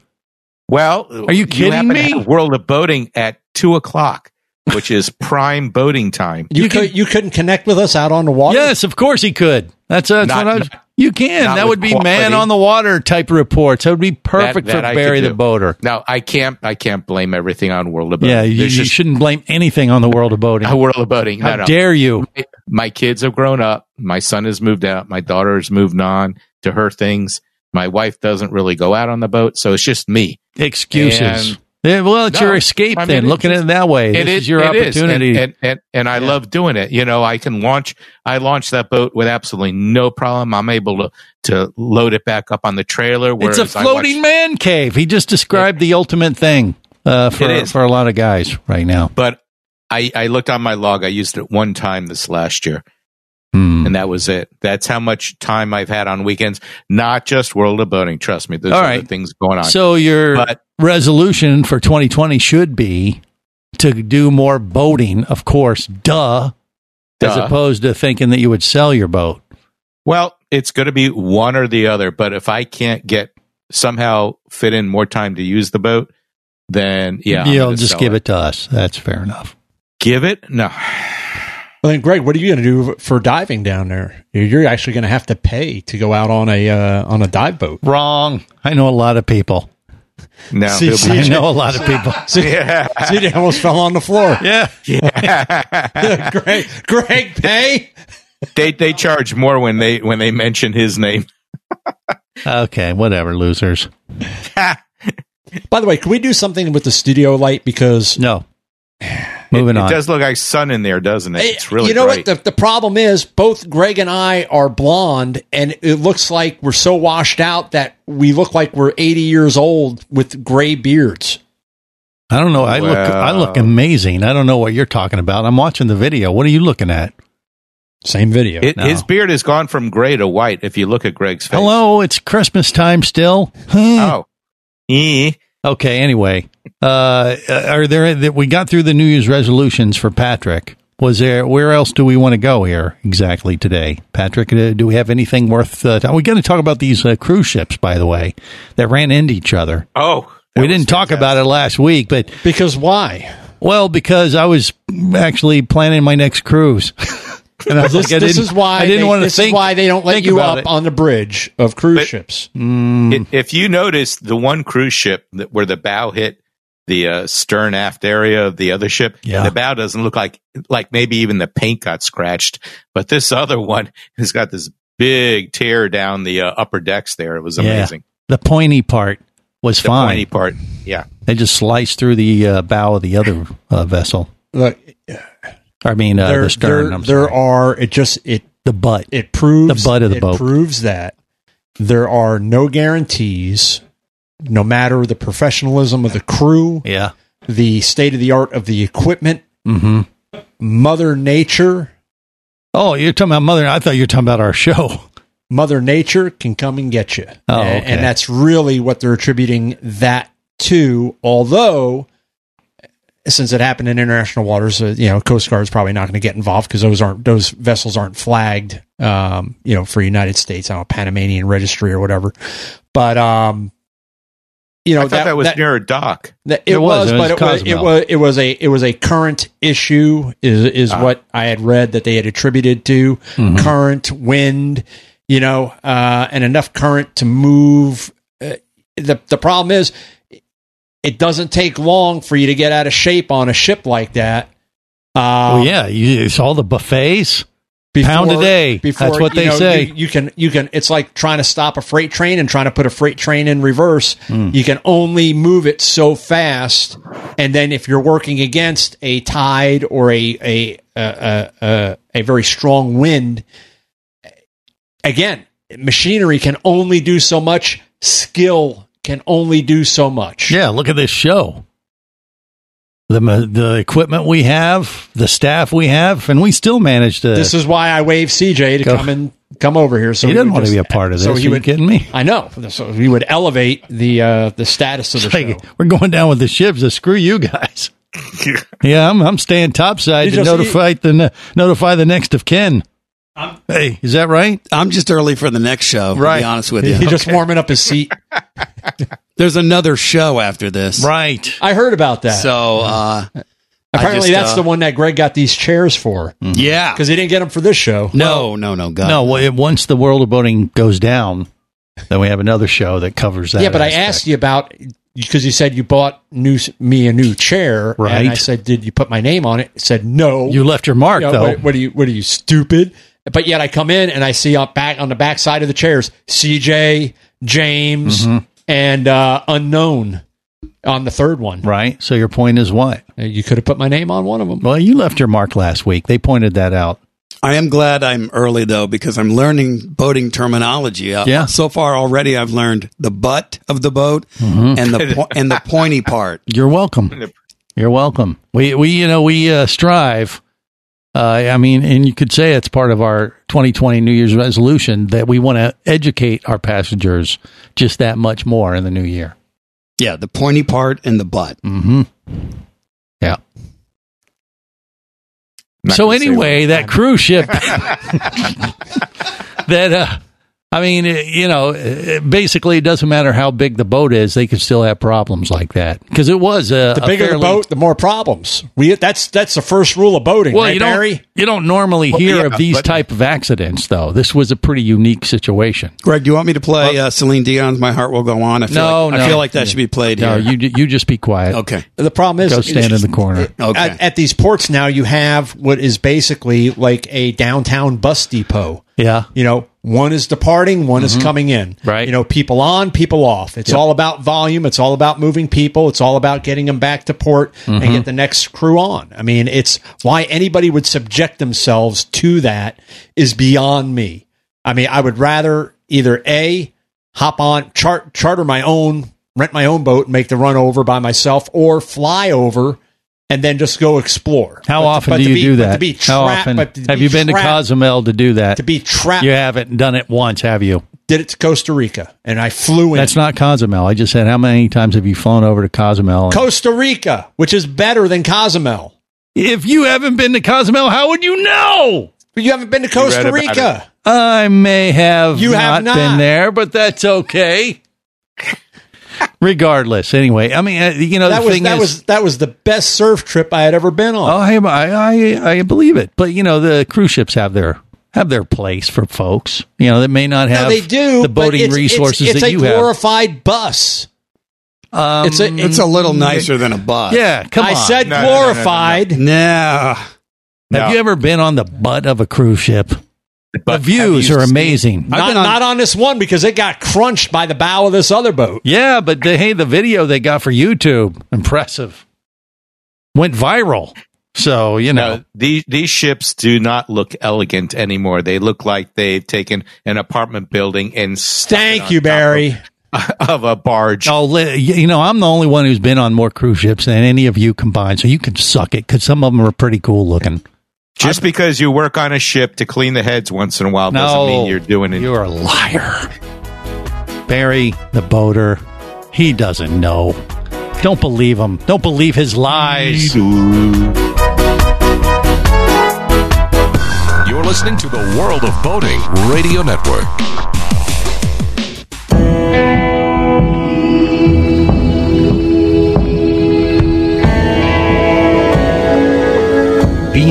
[SPEAKER 3] Well,
[SPEAKER 1] Are you kidding
[SPEAKER 3] happen to
[SPEAKER 1] me?
[SPEAKER 3] have World of Boating at two o'clock, which
[SPEAKER 1] *laughs*
[SPEAKER 3] is prime boating time.
[SPEAKER 2] You,
[SPEAKER 1] You
[SPEAKER 2] could you couldn't connect with us out on the water.
[SPEAKER 1] Yes, of course he could. That's, uh, that's
[SPEAKER 3] Not-
[SPEAKER 1] what I was. You can.
[SPEAKER 3] not
[SPEAKER 1] That would
[SPEAKER 3] with
[SPEAKER 1] be
[SPEAKER 3] quality.
[SPEAKER 1] man on the water type reports. That would be perfect
[SPEAKER 3] that I
[SPEAKER 1] for
[SPEAKER 3] could
[SPEAKER 1] Barry the
[SPEAKER 3] do.
[SPEAKER 1] boater.
[SPEAKER 3] Now, I can't. I can't blame everything on World of Boating.
[SPEAKER 1] Yeah, you,
[SPEAKER 3] There's
[SPEAKER 1] you
[SPEAKER 3] just *laughs*
[SPEAKER 1] shouldn't blame anything on the world of boating.
[SPEAKER 3] a World of Boating. No,
[SPEAKER 1] How
[SPEAKER 3] no.
[SPEAKER 1] dare you?
[SPEAKER 3] my kids have grown up. My son has moved out. My daughter has moved on to her things. My wife doesn't really go out on the boat, so it's just me.
[SPEAKER 1] Excuses.
[SPEAKER 3] And-
[SPEAKER 1] Yeah, well, it's
[SPEAKER 3] No,
[SPEAKER 1] your escape
[SPEAKER 3] I mean,
[SPEAKER 1] then.
[SPEAKER 3] it's
[SPEAKER 1] Looking at
[SPEAKER 3] just-
[SPEAKER 1] it that way,
[SPEAKER 3] It
[SPEAKER 1] this
[SPEAKER 3] is
[SPEAKER 1] is your
[SPEAKER 3] it is. And-
[SPEAKER 1] opportunity.
[SPEAKER 3] and and, and I love doing it. You know, I can launch. I launch that boat with absolutely no problem. I'm able to to load it back up on the trailer.
[SPEAKER 1] it's
[SPEAKER 3] Whereas
[SPEAKER 1] a
[SPEAKER 3] I
[SPEAKER 1] floating
[SPEAKER 3] watch,
[SPEAKER 1] man cave. He just described the ultimate thing uh, for
[SPEAKER 3] is.
[SPEAKER 1] for a lot of guys right now.
[SPEAKER 3] But I I looked on my log. I used it one time this last year,
[SPEAKER 1] Hmm.
[SPEAKER 3] and that was it. That's how much time I've had on weekends. Not just World of Boating. Trust me, there's
[SPEAKER 1] All
[SPEAKER 3] other
[SPEAKER 1] right.
[SPEAKER 3] things going on.
[SPEAKER 1] So your
[SPEAKER 3] But-
[SPEAKER 1] resolution for 2020 should be to do more boating, of course, duh, as
[SPEAKER 3] Duh.
[SPEAKER 1] opposed to thinking that you would sell your boat.
[SPEAKER 3] Well, it's going to be one or the other. But if I can't get somehow fit in more time to use the boat, then yeah, I'm
[SPEAKER 1] you'll
[SPEAKER 3] gonna
[SPEAKER 1] just
[SPEAKER 3] sell
[SPEAKER 1] give it. to us. That's fair enough.
[SPEAKER 3] Give it? No,
[SPEAKER 2] Well then, Greg, what are you going to do for diving down there? You're- You're actually going to have to pay to go out on a uh, on a dive boat.
[SPEAKER 1] Wrong. I know a lot of people.
[SPEAKER 3] no.
[SPEAKER 2] See,
[SPEAKER 3] It'll be-
[SPEAKER 1] I *laughs* know a lot of people.
[SPEAKER 3] *laughs* yeah.
[SPEAKER 2] See, they almost fell on the floor.
[SPEAKER 1] yeah.
[SPEAKER 2] *laughs* Greg, Greg, pay.
[SPEAKER 3] they they charge more when they when they mention his name.
[SPEAKER 1] Okay. Whatever, losers.
[SPEAKER 2] By the way, can we do something with the studio light
[SPEAKER 1] *sighs*
[SPEAKER 2] because
[SPEAKER 1] No. *laughs* Moving
[SPEAKER 3] it,
[SPEAKER 1] on.
[SPEAKER 3] It does look like sun in there, doesn't it? It's really
[SPEAKER 2] you know
[SPEAKER 3] bright.
[SPEAKER 2] what the, the problem is both greg and i are blonde and it looks like we're so washed out that we look like we're 80 years old with gray beards
[SPEAKER 1] I don't know. I look. I look
[SPEAKER 3] Wow.
[SPEAKER 1] amazing. I don't know what you're talking about. I'm watching the video. What are you looking at?
[SPEAKER 2] same video
[SPEAKER 3] It-
[SPEAKER 1] No.
[SPEAKER 3] His beard has gone from gray to white. If you look at Greg's face,
[SPEAKER 1] Oh. Hello. It's Christmas time still.
[SPEAKER 3] Oh, Eh.
[SPEAKER 1] *sighs* Okay. Anyway, uh, are there that we got through the New Year's resolutions for Patrick? Was there where else do we want to go here exactly today, Patrick? uh, Do we have anything worth? Uh, we're going to talk about these uh, cruise ships, by the way, that ran into each other.
[SPEAKER 3] Oh,
[SPEAKER 1] we didn't talk about it last week, but
[SPEAKER 2] because why?
[SPEAKER 1] Well, because I was actually planning my next
[SPEAKER 2] *laughs*
[SPEAKER 1] cruise, and I was
[SPEAKER 2] this,
[SPEAKER 1] like, I
[SPEAKER 2] this
[SPEAKER 1] didn't-
[SPEAKER 2] is why
[SPEAKER 1] I didn't
[SPEAKER 2] they,
[SPEAKER 1] want to
[SPEAKER 2] this
[SPEAKER 1] think
[SPEAKER 2] is why they don't let
[SPEAKER 1] think
[SPEAKER 2] you
[SPEAKER 1] about
[SPEAKER 2] up
[SPEAKER 1] it.
[SPEAKER 2] on the bridge of cruise
[SPEAKER 3] But-
[SPEAKER 2] ships.
[SPEAKER 1] Hmm.
[SPEAKER 3] I- If you notice, the one cruise ship that where the bow hit the uh, stern aft area of the other ship,
[SPEAKER 1] Yeah.
[SPEAKER 3] the bow doesn't look like like maybe even the paint got scratched. But this *laughs* other one has got this big tear down the uh, upper decks. There, it was
[SPEAKER 1] Yeah.
[SPEAKER 3] amazing.
[SPEAKER 1] The pointy part was
[SPEAKER 3] The
[SPEAKER 1] fine.
[SPEAKER 3] pointy part, yeah.
[SPEAKER 1] They just sliced through the uh, bow of the other uh, vessel.
[SPEAKER 2] Look,
[SPEAKER 1] I mean, uh,
[SPEAKER 2] there,
[SPEAKER 1] the stern.
[SPEAKER 2] there,
[SPEAKER 1] I'm
[SPEAKER 2] there
[SPEAKER 1] sorry.
[SPEAKER 2] are it just it
[SPEAKER 1] the butt.
[SPEAKER 2] it proves
[SPEAKER 1] The butt of the
[SPEAKER 2] it
[SPEAKER 1] boat.
[SPEAKER 2] proves that there are no guarantees, no matter the professionalism of the crew,
[SPEAKER 1] yeah.
[SPEAKER 2] the state of the art of the equipment,
[SPEAKER 1] hmm
[SPEAKER 2] Mother Nature.
[SPEAKER 1] Oh, you're talking about mother. I thought you were talking about our show.
[SPEAKER 2] Mother Nature can come and get you.
[SPEAKER 1] Oh,
[SPEAKER 2] A-
[SPEAKER 1] okay.
[SPEAKER 2] And that's really what they're attributing that to. Although, since it happened in international waters, uh, you know, Coast Guard is probably not going to get involved because those aren't those vessels aren't flagged, um, you know, for United States on a Panamanian registry or whatever. But um, you know,
[SPEAKER 3] I thought that, was near a dock.
[SPEAKER 2] that-
[SPEAKER 1] It
[SPEAKER 2] it
[SPEAKER 1] was,
[SPEAKER 2] was,
[SPEAKER 1] it was
[SPEAKER 2] but it was, it
[SPEAKER 1] Cozumel.
[SPEAKER 2] was it was a it was a current issue is is
[SPEAKER 3] Ah.
[SPEAKER 2] what I had read that they had attributed to
[SPEAKER 1] Mhm.
[SPEAKER 2] current wind, you know, uh, and enough current to move. Uh, the The problem is, it doesn't take long for you to get out of shape on a ship like that. *laughs* Uh,
[SPEAKER 1] Oh yeah, you, it's all the buffets. Pound a day. That's what
[SPEAKER 2] you
[SPEAKER 1] they say.
[SPEAKER 2] You, you can, you can. It's like trying to stop a freight train and trying to put a freight train in reverse.
[SPEAKER 1] Hmm.
[SPEAKER 2] You can only move it so fast, and then if you're working against a tide or a a a a, a, a very strong wind, again, machinery can only do so much. Skill can only do so much.
[SPEAKER 1] Yeah, look at this show. The ma- the equipment we have, the staff we have, and we still managed to.
[SPEAKER 2] This is why I waved CJ to
[SPEAKER 1] Go.
[SPEAKER 2] come and come over here. So
[SPEAKER 1] he
[SPEAKER 2] we
[SPEAKER 1] didn't
[SPEAKER 2] would
[SPEAKER 1] want to
[SPEAKER 2] just-
[SPEAKER 1] be a part of this.
[SPEAKER 2] So
[SPEAKER 1] Are
[SPEAKER 2] he
[SPEAKER 1] you
[SPEAKER 2] would
[SPEAKER 1] kidding me?
[SPEAKER 2] I know. So we would elevate the uh, the status of the
[SPEAKER 1] It's
[SPEAKER 2] show.
[SPEAKER 1] like, *laughs* we're going down with the ships. So screw you guys. yeah, I'm I'm staying topside
[SPEAKER 2] You
[SPEAKER 1] to
[SPEAKER 2] just-
[SPEAKER 1] notify the ne- notify the next of kin. hey, is that right?
[SPEAKER 11] I'm just early for the next show. To
[SPEAKER 1] Right.
[SPEAKER 11] be honest with
[SPEAKER 2] He's
[SPEAKER 11] you,
[SPEAKER 2] just warming up his seat.
[SPEAKER 11] there's another show after this,
[SPEAKER 1] Right.
[SPEAKER 2] I heard about that.
[SPEAKER 11] So uh,
[SPEAKER 2] Apparently,
[SPEAKER 11] just,
[SPEAKER 2] that's
[SPEAKER 11] uh,
[SPEAKER 2] the one that Greg got these chairs for
[SPEAKER 1] Mm-hmm.
[SPEAKER 11] yeah,
[SPEAKER 2] because he didn't get them for this show.
[SPEAKER 11] no, no, no, God,
[SPEAKER 1] No, well, it, once the world of boating goes down, then we have another show that covers that.
[SPEAKER 2] yeah, but I
[SPEAKER 1] aspect.
[SPEAKER 2] asked you about because you said you bought new me a new chair,
[SPEAKER 1] Right.
[SPEAKER 2] And I said, "Did you put my name on it?" It said, "No."
[SPEAKER 1] You left your mark
[SPEAKER 2] You know,
[SPEAKER 1] though.
[SPEAKER 2] What, what are you? What are you stupid? But yet, I come in and I see up back on the back side of the chairs, CJ, James,
[SPEAKER 1] Mm-hmm.
[SPEAKER 2] and uh, unknown on the third one.
[SPEAKER 1] right. So your point is what?
[SPEAKER 2] Uh, You could have put my name on one of them.
[SPEAKER 1] Well, you left your mark last week. They pointed that out.
[SPEAKER 11] I am glad I'm early though because I'm learning boating terminology. Uh,
[SPEAKER 1] Yeah.
[SPEAKER 11] So far already, I've learned the butt of the boat and the po-
[SPEAKER 3] *laughs*
[SPEAKER 11] and the pointy part.
[SPEAKER 1] You're welcome.
[SPEAKER 3] Yep.
[SPEAKER 1] You're welcome. We we you know we uh, strive. Uh, I mean, and you could say it's part of our 2020 New Year's resolution that we want to educate our passengers just that much more in the new year.
[SPEAKER 11] Yeah, the pointy part and the butt.
[SPEAKER 1] Mm-hmm. Yeah.
[SPEAKER 3] Not
[SPEAKER 1] so
[SPEAKER 3] gonna say what-
[SPEAKER 1] anyway, that cruise
[SPEAKER 3] *laughs*
[SPEAKER 1] ship *laughs* that uh, I mean, it- you know, it, basically, it doesn't matter how big the boat is; they could still have problems like that because it was a,
[SPEAKER 2] The
[SPEAKER 1] a
[SPEAKER 2] bigger the
[SPEAKER 1] fairly-
[SPEAKER 2] boat, the more problems. We that's that's the first rule of boating,
[SPEAKER 1] Well,
[SPEAKER 2] right,
[SPEAKER 1] you don't
[SPEAKER 2] Barry?
[SPEAKER 1] you don't normally
[SPEAKER 3] Well,
[SPEAKER 1] hear
[SPEAKER 3] yeah,
[SPEAKER 1] of these
[SPEAKER 3] but-
[SPEAKER 1] type of accidents, though. This was a pretty unique situation.
[SPEAKER 11] Greg, do you want me to play uh, Celine Dion's "My Heart Will Go On"? I feel
[SPEAKER 1] No,
[SPEAKER 11] like,
[SPEAKER 1] no.
[SPEAKER 11] I feel like that should be played
[SPEAKER 1] No,
[SPEAKER 11] here.
[SPEAKER 1] you you just be quiet.
[SPEAKER 11] okay.
[SPEAKER 2] The problem is
[SPEAKER 1] Go stand in the corner.
[SPEAKER 11] Okay.
[SPEAKER 2] At, at these ports now, you have what is basically like a downtown bus depot.
[SPEAKER 1] Yeah.
[SPEAKER 2] You know, one is departing, one is coming in.
[SPEAKER 1] Right.
[SPEAKER 2] You know, people on, people off. It's all about volume. It's all about moving people. It's all about getting them back to port and get the next crew on. I mean, it's why anybody would subject themselves to that is beyond me. I mean, I would rather either A, hop on, chart, charter my own, rent my own boat and make the run over by myself or fly over and then just go explore.
[SPEAKER 1] How
[SPEAKER 2] But to-
[SPEAKER 1] often
[SPEAKER 2] but
[SPEAKER 1] do
[SPEAKER 2] to
[SPEAKER 1] you
[SPEAKER 2] be-
[SPEAKER 1] do
[SPEAKER 2] but
[SPEAKER 1] that?
[SPEAKER 2] To be
[SPEAKER 1] how
[SPEAKER 2] trapped,
[SPEAKER 1] often
[SPEAKER 2] but to
[SPEAKER 1] have
[SPEAKER 2] be
[SPEAKER 1] you been to
[SPEAKER 2] trapped-
[SPEAKER 1] Cozumel to do that?
[SPEAKER 2] To be trapped
[SPEAKER 1] you haven't done it once, have you?
[SPEAKER 2] did it to Costa Rica, and I flew in.
[SPEAKER 1] That's not Cozumel. I just said, how many times have you flown over to Cozumel? and-
[SPEAKER 2] Costa Rica, which is better than Cozumel.
[SPEAKER 1] if you haven't been to Cozumel, how would you know?
[SPEAKER 2] But you haven't been to
[SPEAKER 3] read
[SPEAKER 2] Costa
[SPEAKER 3] about
[SPEAKER 2] Rica.
[SPEAKER 1] I may have
[SPEAKER 2] You
[SPEAKER 1] not,
[SPEAKER 2] have not.
[SPEAKER 1] been there, but that's okay. *laughs* Regardless, anyway, I mean, uh, you know,
[SPEAKER 2] That
[SPEAKER 1] the
[SPEAKER 2] was
[SPEAKER 1] thing
[SPEAKER 2] that
[SPEAKER 1] is,
[SPEAKER 2] was that was the best surf trip I had ever been on.
[SPEAKER 1] oh, I, I, I, I believe it, but you know, the cruise ships have their have their place for folks, you know, that may not
[SPEAKER 2] now
[SPEAKER 1] have
[SPEAKER 2] they do
[SPEAKER 1] the
[SPEAKER 2] but
[SPEAKER 1] boating
[SPEAKER 2] it's- it's-
[SPEAKER 1] resources
[SPEAKER 2] it's,
[SPEAKER 1] that
[SPEAKER 2] a
[SPEAKER 1] you have.
[SPEAKER 2] glorified bus.
[SPEAKER 1] Um,
[SPEAKER 2] It's a
[SPEAKER 11] It's a little
[SPEAKER 7] Mm-hmm.
[SPEAKER 11] nicer than a bus.
[SPEAKER 1] yeah, come
[SPEAKER 2] I
[SPEAKER 1] on.
[SPEAKER 2] said
[SPEAKER 3] No, no, no, no, no, no.
[SPEAKER 2] glorified.
[SPEAKER 11] Nah.
[SPEAKER 1] have
[SPEAKER 3] No.
[SPEAKER 1] you ever been on the butt of a cruise ship?
[SPEAKER 3] But
[SPEAKER 1] the views
[SPEAKER 3] have
[SPEAKER 1] are
[SPEAKER 3] you seen-
[SPEAKER 1] amazing.
[SPEAKER 11] I've
[SPEAKER 2] Not,
[SPEAKER 11] been on-
[SPEAKER 2] not on this one because it got crunched by the bow of this other boat.
[SPEAKER 1] Yeah, but the, hey, the video they got for YouTube, impressive, went viral. So you know,
[SPEAKER 3] No, these these ships do not look elegant anymore. They look like they've taken an apartment building and stuck it
[SPEAKER 2] Thank
[SPEAKER 3] on
[SPEAKER 2] you,
[SPEAKER 3] top
[SPEAKER 2] Barry.
[SPEAKER 3] of, *laughs* of a barge.
[SPEAKER 1] Oh, li- you know, I'm the only one who's been on more cruise ships than any of you combined, so you can suck it because some of them are pretty cool looking.
[SPEAKER 3] Just because you work on a ship to clean the heads once in a while doesn't mean you're doing it.
[SPEAKER 1] You're a liar. Barry, the boater, he doesn't know. Don't believe him. Don't believe his lies.
[SPEAKER 5] You're listening to the World of Boating Radio Network.
[SPEAKER 6] Be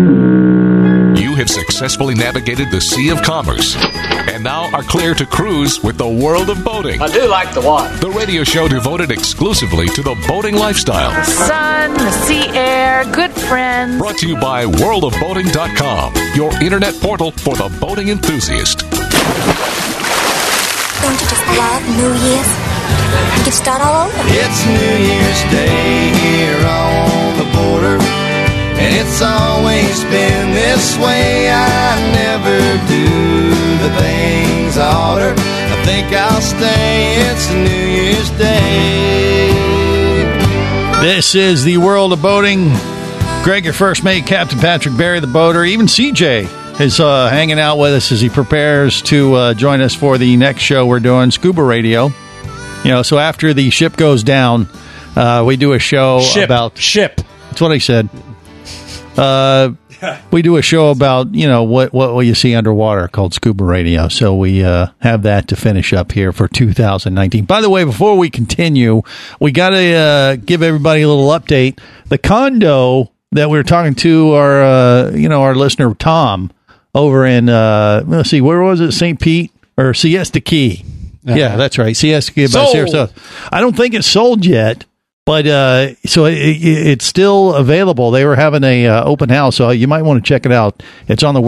[SPEAKER 5] You have successfully navigated the sea of commerce and now are clear to cruise with the world of boating.
[SPEAKER 12] I do like the water.
[SPEAKER 5] The radio show devoted exclusively to the boating lifestyle.
[SPEAKER 8] Sun, the sea air, good friends.
[SPEAKER 5] Brought to you by worldofboating.com, your internet portal for the boating enthusiast.
[SPEAKER 10] Don't you just love New Year's? You can start all over.
[SPEAKER 7] It's New Year's Day here on the border, and it's always been this way. I never do the things I oughter. I think I'll stay. It's New Year's Day.
[SPEAKER 1] This is the world of boating. Greg, your first mate, Captain Patrick Barry, the boater, even CJ is uh, hanging out with us as he prepares to uh, join us for the next show we're doing, Scuba Radio. You know, so after the ship goes down, uh, we do a show
[SPEAKER 2] Ship
[SPEAKER 1] about.
[SPEAKER 2] ship.
[SPEAKER 1] That's what I said. Uh, we do a show about you know what what will you see underwater called Scuba Radio. So we uh, have that to finish up here for 2019. By the way, before we continue, we got to uh, give everybody a little update. The condo that we were talking to our uh, you know our listener Tom over in uh, let's see, where was it? St. Pete or Siesta Key? Yeah, that's right, Siesta Key by
[SPEAKER 2] Sold.
[SPEAKER 1] Sarasota. I don't think it's sold yet, but uh, so it, it, it's still available. They were having a uh, open house, so you might want to check it out. It's on the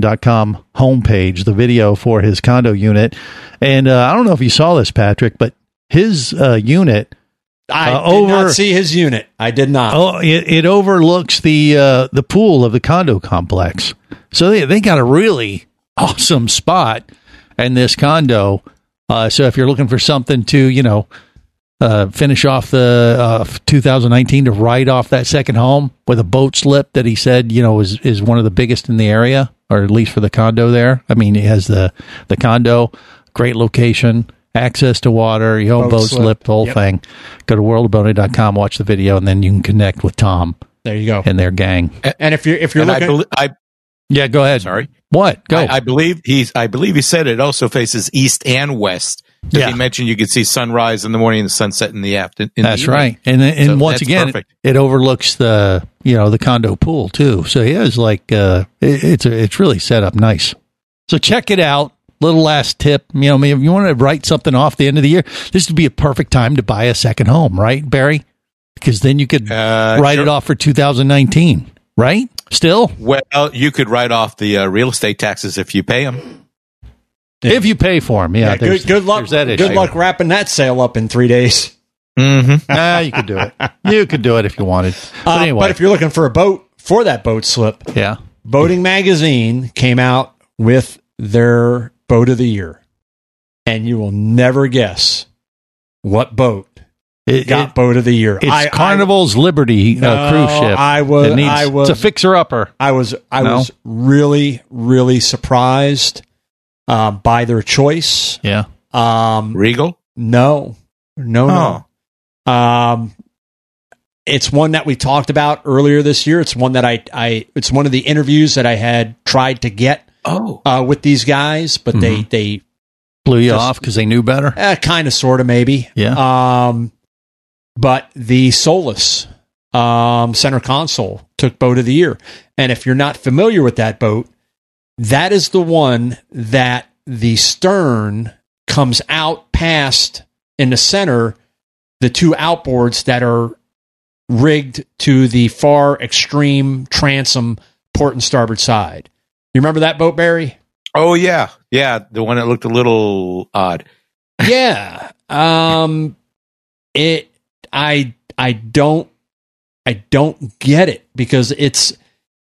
[SPEAKER 1] worldofboating.com homepage. The video for his condo unit, and uh, I don't know if you saw this, Patrick, but his uh, unit.
[SPEAKER 2] I
[SPEAKER 1] uh,
[SPEAKER 2] did not see his unit. I did not.
[SPEAKER 1] Oh, it, it overlooks the uh, the pool of the condo complex. So they they got a really awesome spot in this condo. Uh, so if you're looking for something to you know uh, finish off the uh, 2019 to write off that second home with a boat slip that he said you know is is one of the biggest in the area or at least for the condo there. I mean it has the the condo great location. Access to water, your own
[SPEAKER 2] Boat
[SPEAKER 1] boat,
[SPEAKER 2] slip.
[SPEAKER 1] slip, the whole
[SPEAKER 2] Yep.
[SPEAKER 1] thing. Go to worldofboating.com, watch the video, and then you can connect with Tom
[SPEAKER 2] There you go.
[SPEAKER 1] and their gang.
[SPEAKER 2] And if you're if you're
[SPEAKER 3] And
[SPEAKER 2] looking,
[SPEAKER 3] I, bel I
[SPEAKER 1] Yeah, go ahead.
[SPEAKER 3] sorry.
[SPEAKER 1] What? Go.
[SPEAKER 3] I, I believe he's. I believe he said it also faces east and west. 'Cause
[SPEAKER 1] Yeah.
[SPEAKER 3] He mentioned you could see sunrise in the morning and sunset in the afternoon.
[SPEAKER 1] that's right. And then- and
[SPEAKER 3] So
[SPEAKER 1] once
[SPEAKER 3] that's
[SPEAKER 1] again, it,
[SPEAKER 3] perfect.
[SPEAKER 1] it overlooks the you know the condo pool too. So yeah, it's like uh, it, it's it's really set up nice. So check it out. Little last tip, you know, I mean, if you want to write something off the end of the year, this would be a perfect time to buy a second home, right, Barry? Because then you could
[SPEAKER 3] Uh,
[SPEAKER 1] write
[SPEAKER 3] sure.
[SPEAKER 1] it off for 2019, right? Still,
[SPEAKER 3] Well, you could write off the uh, real estate taxes if you pay them.
[SPEAKER 1] if you pay for them, yeah.
[SPEAKER 2] yeah,
[SPEAKER 1] there's-
[SPEAKER 2] good, good luck.
[SPEAKER 1] there's that
[SPEAKER 2] Good
[SPEAKER 1] issue.
[SPEAKER 2] luck wrapping that sale up in three days.
[SPEAKER 3] Mm-hmm.
[SPEAKER 1] Nah, you could do it. You could do it if you wanted. *laughs* But
[SPEAKER 2] Uh,
[SPEAKER 1] anyway,
[SPEAKER 2] but if you're looking for a boat for that boat slip,
[SPEAKER 1] yeah.
[SPEAKER 2] Boating Magazine came out with their boat of the year, and you will never guess what boat
[SPEAKER 1] It,
[SPEAKER 2] got
[SPEAKER 1] it-
[SPEAKER 2] boat of the year.
[SPEAKER 1] It's
[SPEAKER 2] I,
[SPEAKER 1] Carnival's Liberty
[SPEAKER 2] No,
[SPEAKER 1] uh, cruise ship.
[SPEAKER 2] I was-
[SPEAKER 1] It
[SPEAKER 2] I was-
[SPEAKER 1] it's a fixer upper.
[SPEAKER 2] I, I was I
[SPEAKER 1] No.
[SPEAKER 2] was really really surprised uh, by their choice.
[SPEAKER 1] Yeah,
[SPEAKER 2] Um,
[SPEAKER 3] Regal.
[SPEAKER 2] No, no, no. Um, it's one that we talked about earlier this year. It's one that I, I, it's one of the interviews that I had tried to get
[SPEAKER 3] Oh.
[SPEAKER 2] uh, with these guys, but they,
[SPEAKER 1] blew you
[SPEAKER 2] Just-
[SPEAKER 1] off because they knew better.
[SPEAKER 2] they, eh, kind of, sort of, maybe.
[SPEAKER 1] Yeah.
[SPEAKER 2] Um, but the Solus um, center console took boat of the year, and if you're not familiar with that boat, that is the one that the stern comes out past in the center the two outboards that are rigged to the far extreme transom port and starboard side. You remember that boat, Barry?
[SPEAKER 3] Oh yeah, yeah. The one that looked a little odd.
[SPEAKER 2] Yeah. Um it I I don't I don't get it because it's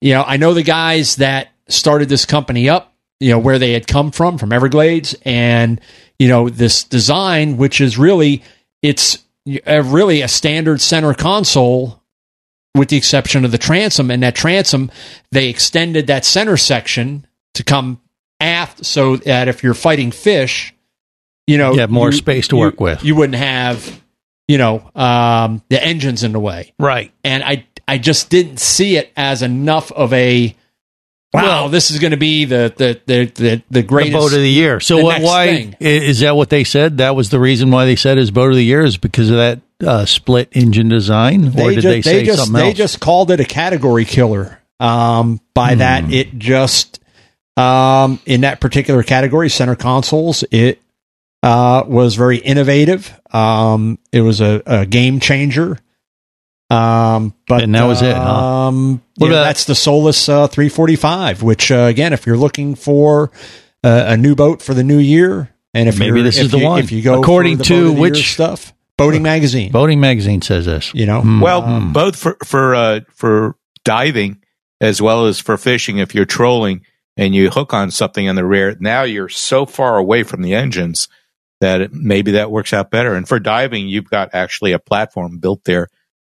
[SPEAKER 2] you know, I know the guys that started this company up, you know, where they had come from from Everglades and you know, this design which is really it's uh really a standard center console with the exception of the transom and that transom they extended that center section to come aft so that if you're fighting fish you know
[SPEAKER 1] You have more space to work
[SPEAKER 2] you-
[SPEAKER 1] with.
[SPEAKER 2] you wouldn't have you know um, the engines in the way
[SPEAKER 1] Right.
[SPEAKER 2] and i i just didn't see it as enough of a wow
[SPEAKER 1] Well-
[SPEAKER 2] this is going to be the the the the, the
[SPEAKER 1] The
[SPEAKER 2] greatest
[SPEAKER 1] boat of the year. So
[SPEAKER 2] the
[SPEAKER 1] what,
[SPEAKER 2] next
[SPEAKER 1] why
[SPEAKER 2] thing.
[SPEAKER 1] i- is that? What they said? That was the reason why they said his boat of the year is because of that uh, split engine design. or did
[SPEAKER 2] ju-
[SPEAKER 1] they say
[SPEAKER 2] just,
[SPEAKER 1] something
[SPEAKER 2] They
[SPEAKER 1] else?
[SPEAKER 2] just called it a category killer. Um, by
[SPEAKER 1] Hmm.
[SPEAKER 2] that, it just um, in that particular category, center consoles, it uh, was very innovative. Um, it was a, a game changer. Um, but
[SPEAKER 1] And that was it, huh?
[SPEAKER 2] Um,
[SPEAKER 1] What
[SPEAKER 2] you know,
[SPEAKER 1] about-
[SPEAKER 2] that's the Solus uh, 345, which uh, again, if you're looking for uh, a new boat for the new year, and if
[SPEAKER 1] Maybe
[SPEAKER 2] you're-
[SPEAKER 1] this
[SPEAKER 2] if
[SPEAKER 1] is the
[SPEAKER 2] you-
[SPEAKER 1] one.
[SPEAKER 2] if you go
[SPEAKER 1] According
[SPEAKER 2] for the
[SPEAKER 1] to
[SPEAKER 2] boat of the year
[SPEAKER 1] which- Hmm.
[SPEAKER 2] stuff, boating magazine,
[SPEAKER 1] Boating magazine says this.
[SPEAKER 2] you know,
[SPEAKER 3] Well, both for for uh, for diving as well as for fishing. If you're trolling and you hook on something in the rear, now you're so far away from the engines that it, maybe that works out better. And for diving, you've got actually a platform built there,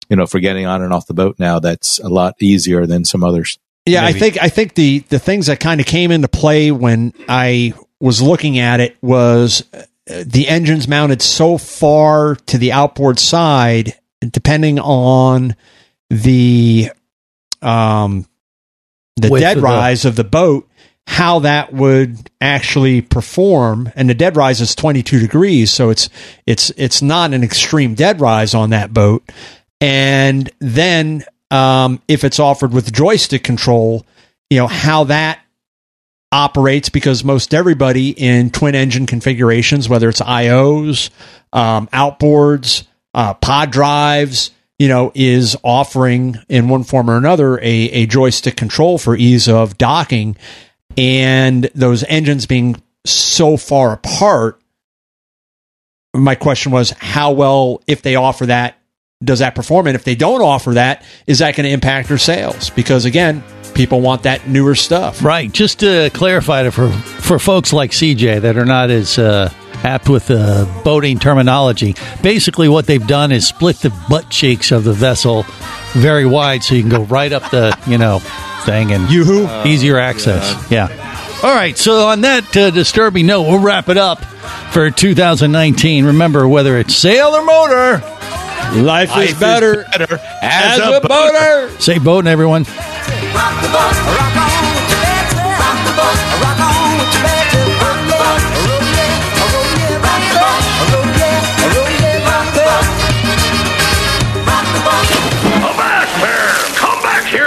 [SPEAKER 3] you know, for getting on and off the boat. Now that's a lot easier than some others.
[SPEAKER 2] Yeah, I think I think the the things that kind of came into play when I was looking at it was uh, the engines mounted so far to the outboard side, depending on the um the
[SPEAKER 1] Width
[SPEAKER 2] dead
[SPEAKER 1] of the-
[SPEAKER 2] rise of the boat, how that would actually perform. And the dead rise is twenty two degrees, so it's it's it's not an extreme dead rise on that boat and then um, if it's offered with joystick control, you know how that operates because most everybody in twin engine configurations, whether it's IOs, um, outboards, uh, pod drives, you know, is offering in one form or another a, a joystick control for ease of docking. And those engines being so far apart, my question was how well, if they offer that, does that perform? And if they don't offer that, is that going to impact their sales? Because again, people want that newer stuff.
[SPEAKER 1] Right. Just to clarify it for for folks like CJ that are not as uh, apt with the boating terminology, basically what they've done is split the butt cheeks of the vessel very wide, so you can go right up the you know thing and Uh,
[SPEAKER 2] Yoo-hoo.
[SPEAKER 1] easier access. yeah. All right, so on that uh, disturbing note, we'll wrap it up for 2019. Remember, whether it's sail or motor,
[SPEAKER 2] life,
[SPEAKER 3] Life is better better as a
[SPEAKER 2] boater.
[SPEAKER 1] Say boating, everyone.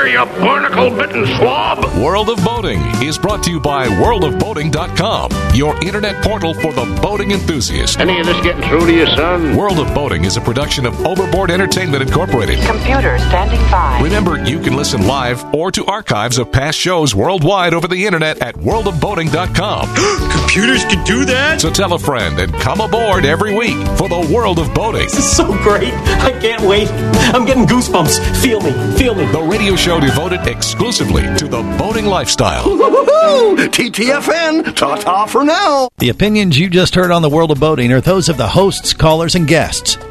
[SPEAKER 5] you barnacle bitten swab! World of Boating is brought to you by worldofboating.com, your internet portal for the boating enthusiast. Any of this getting through to you, son? World of Boating is a production of Overboard Entertainment Incorporated.
[SPEAKER 13] Computer standing by.
[SPEAKER 5] Remember, you can listen live or to archives of past shows worldwide over the internet at worldofboating.com. *gasps* Computers can do that? So tell a friend and come aboard every week for the world of boating. This is so great. I can't wait. I'm getting goosebumps. Feel me. Feel me. The radio show devoted exclusively to the boating lifestyle.
[SPEAKER 7] TTFN, ta ta for now.
[SPEAKER 1] The opinions you just heard on the world of boating are those of the hosts, callers, and guests.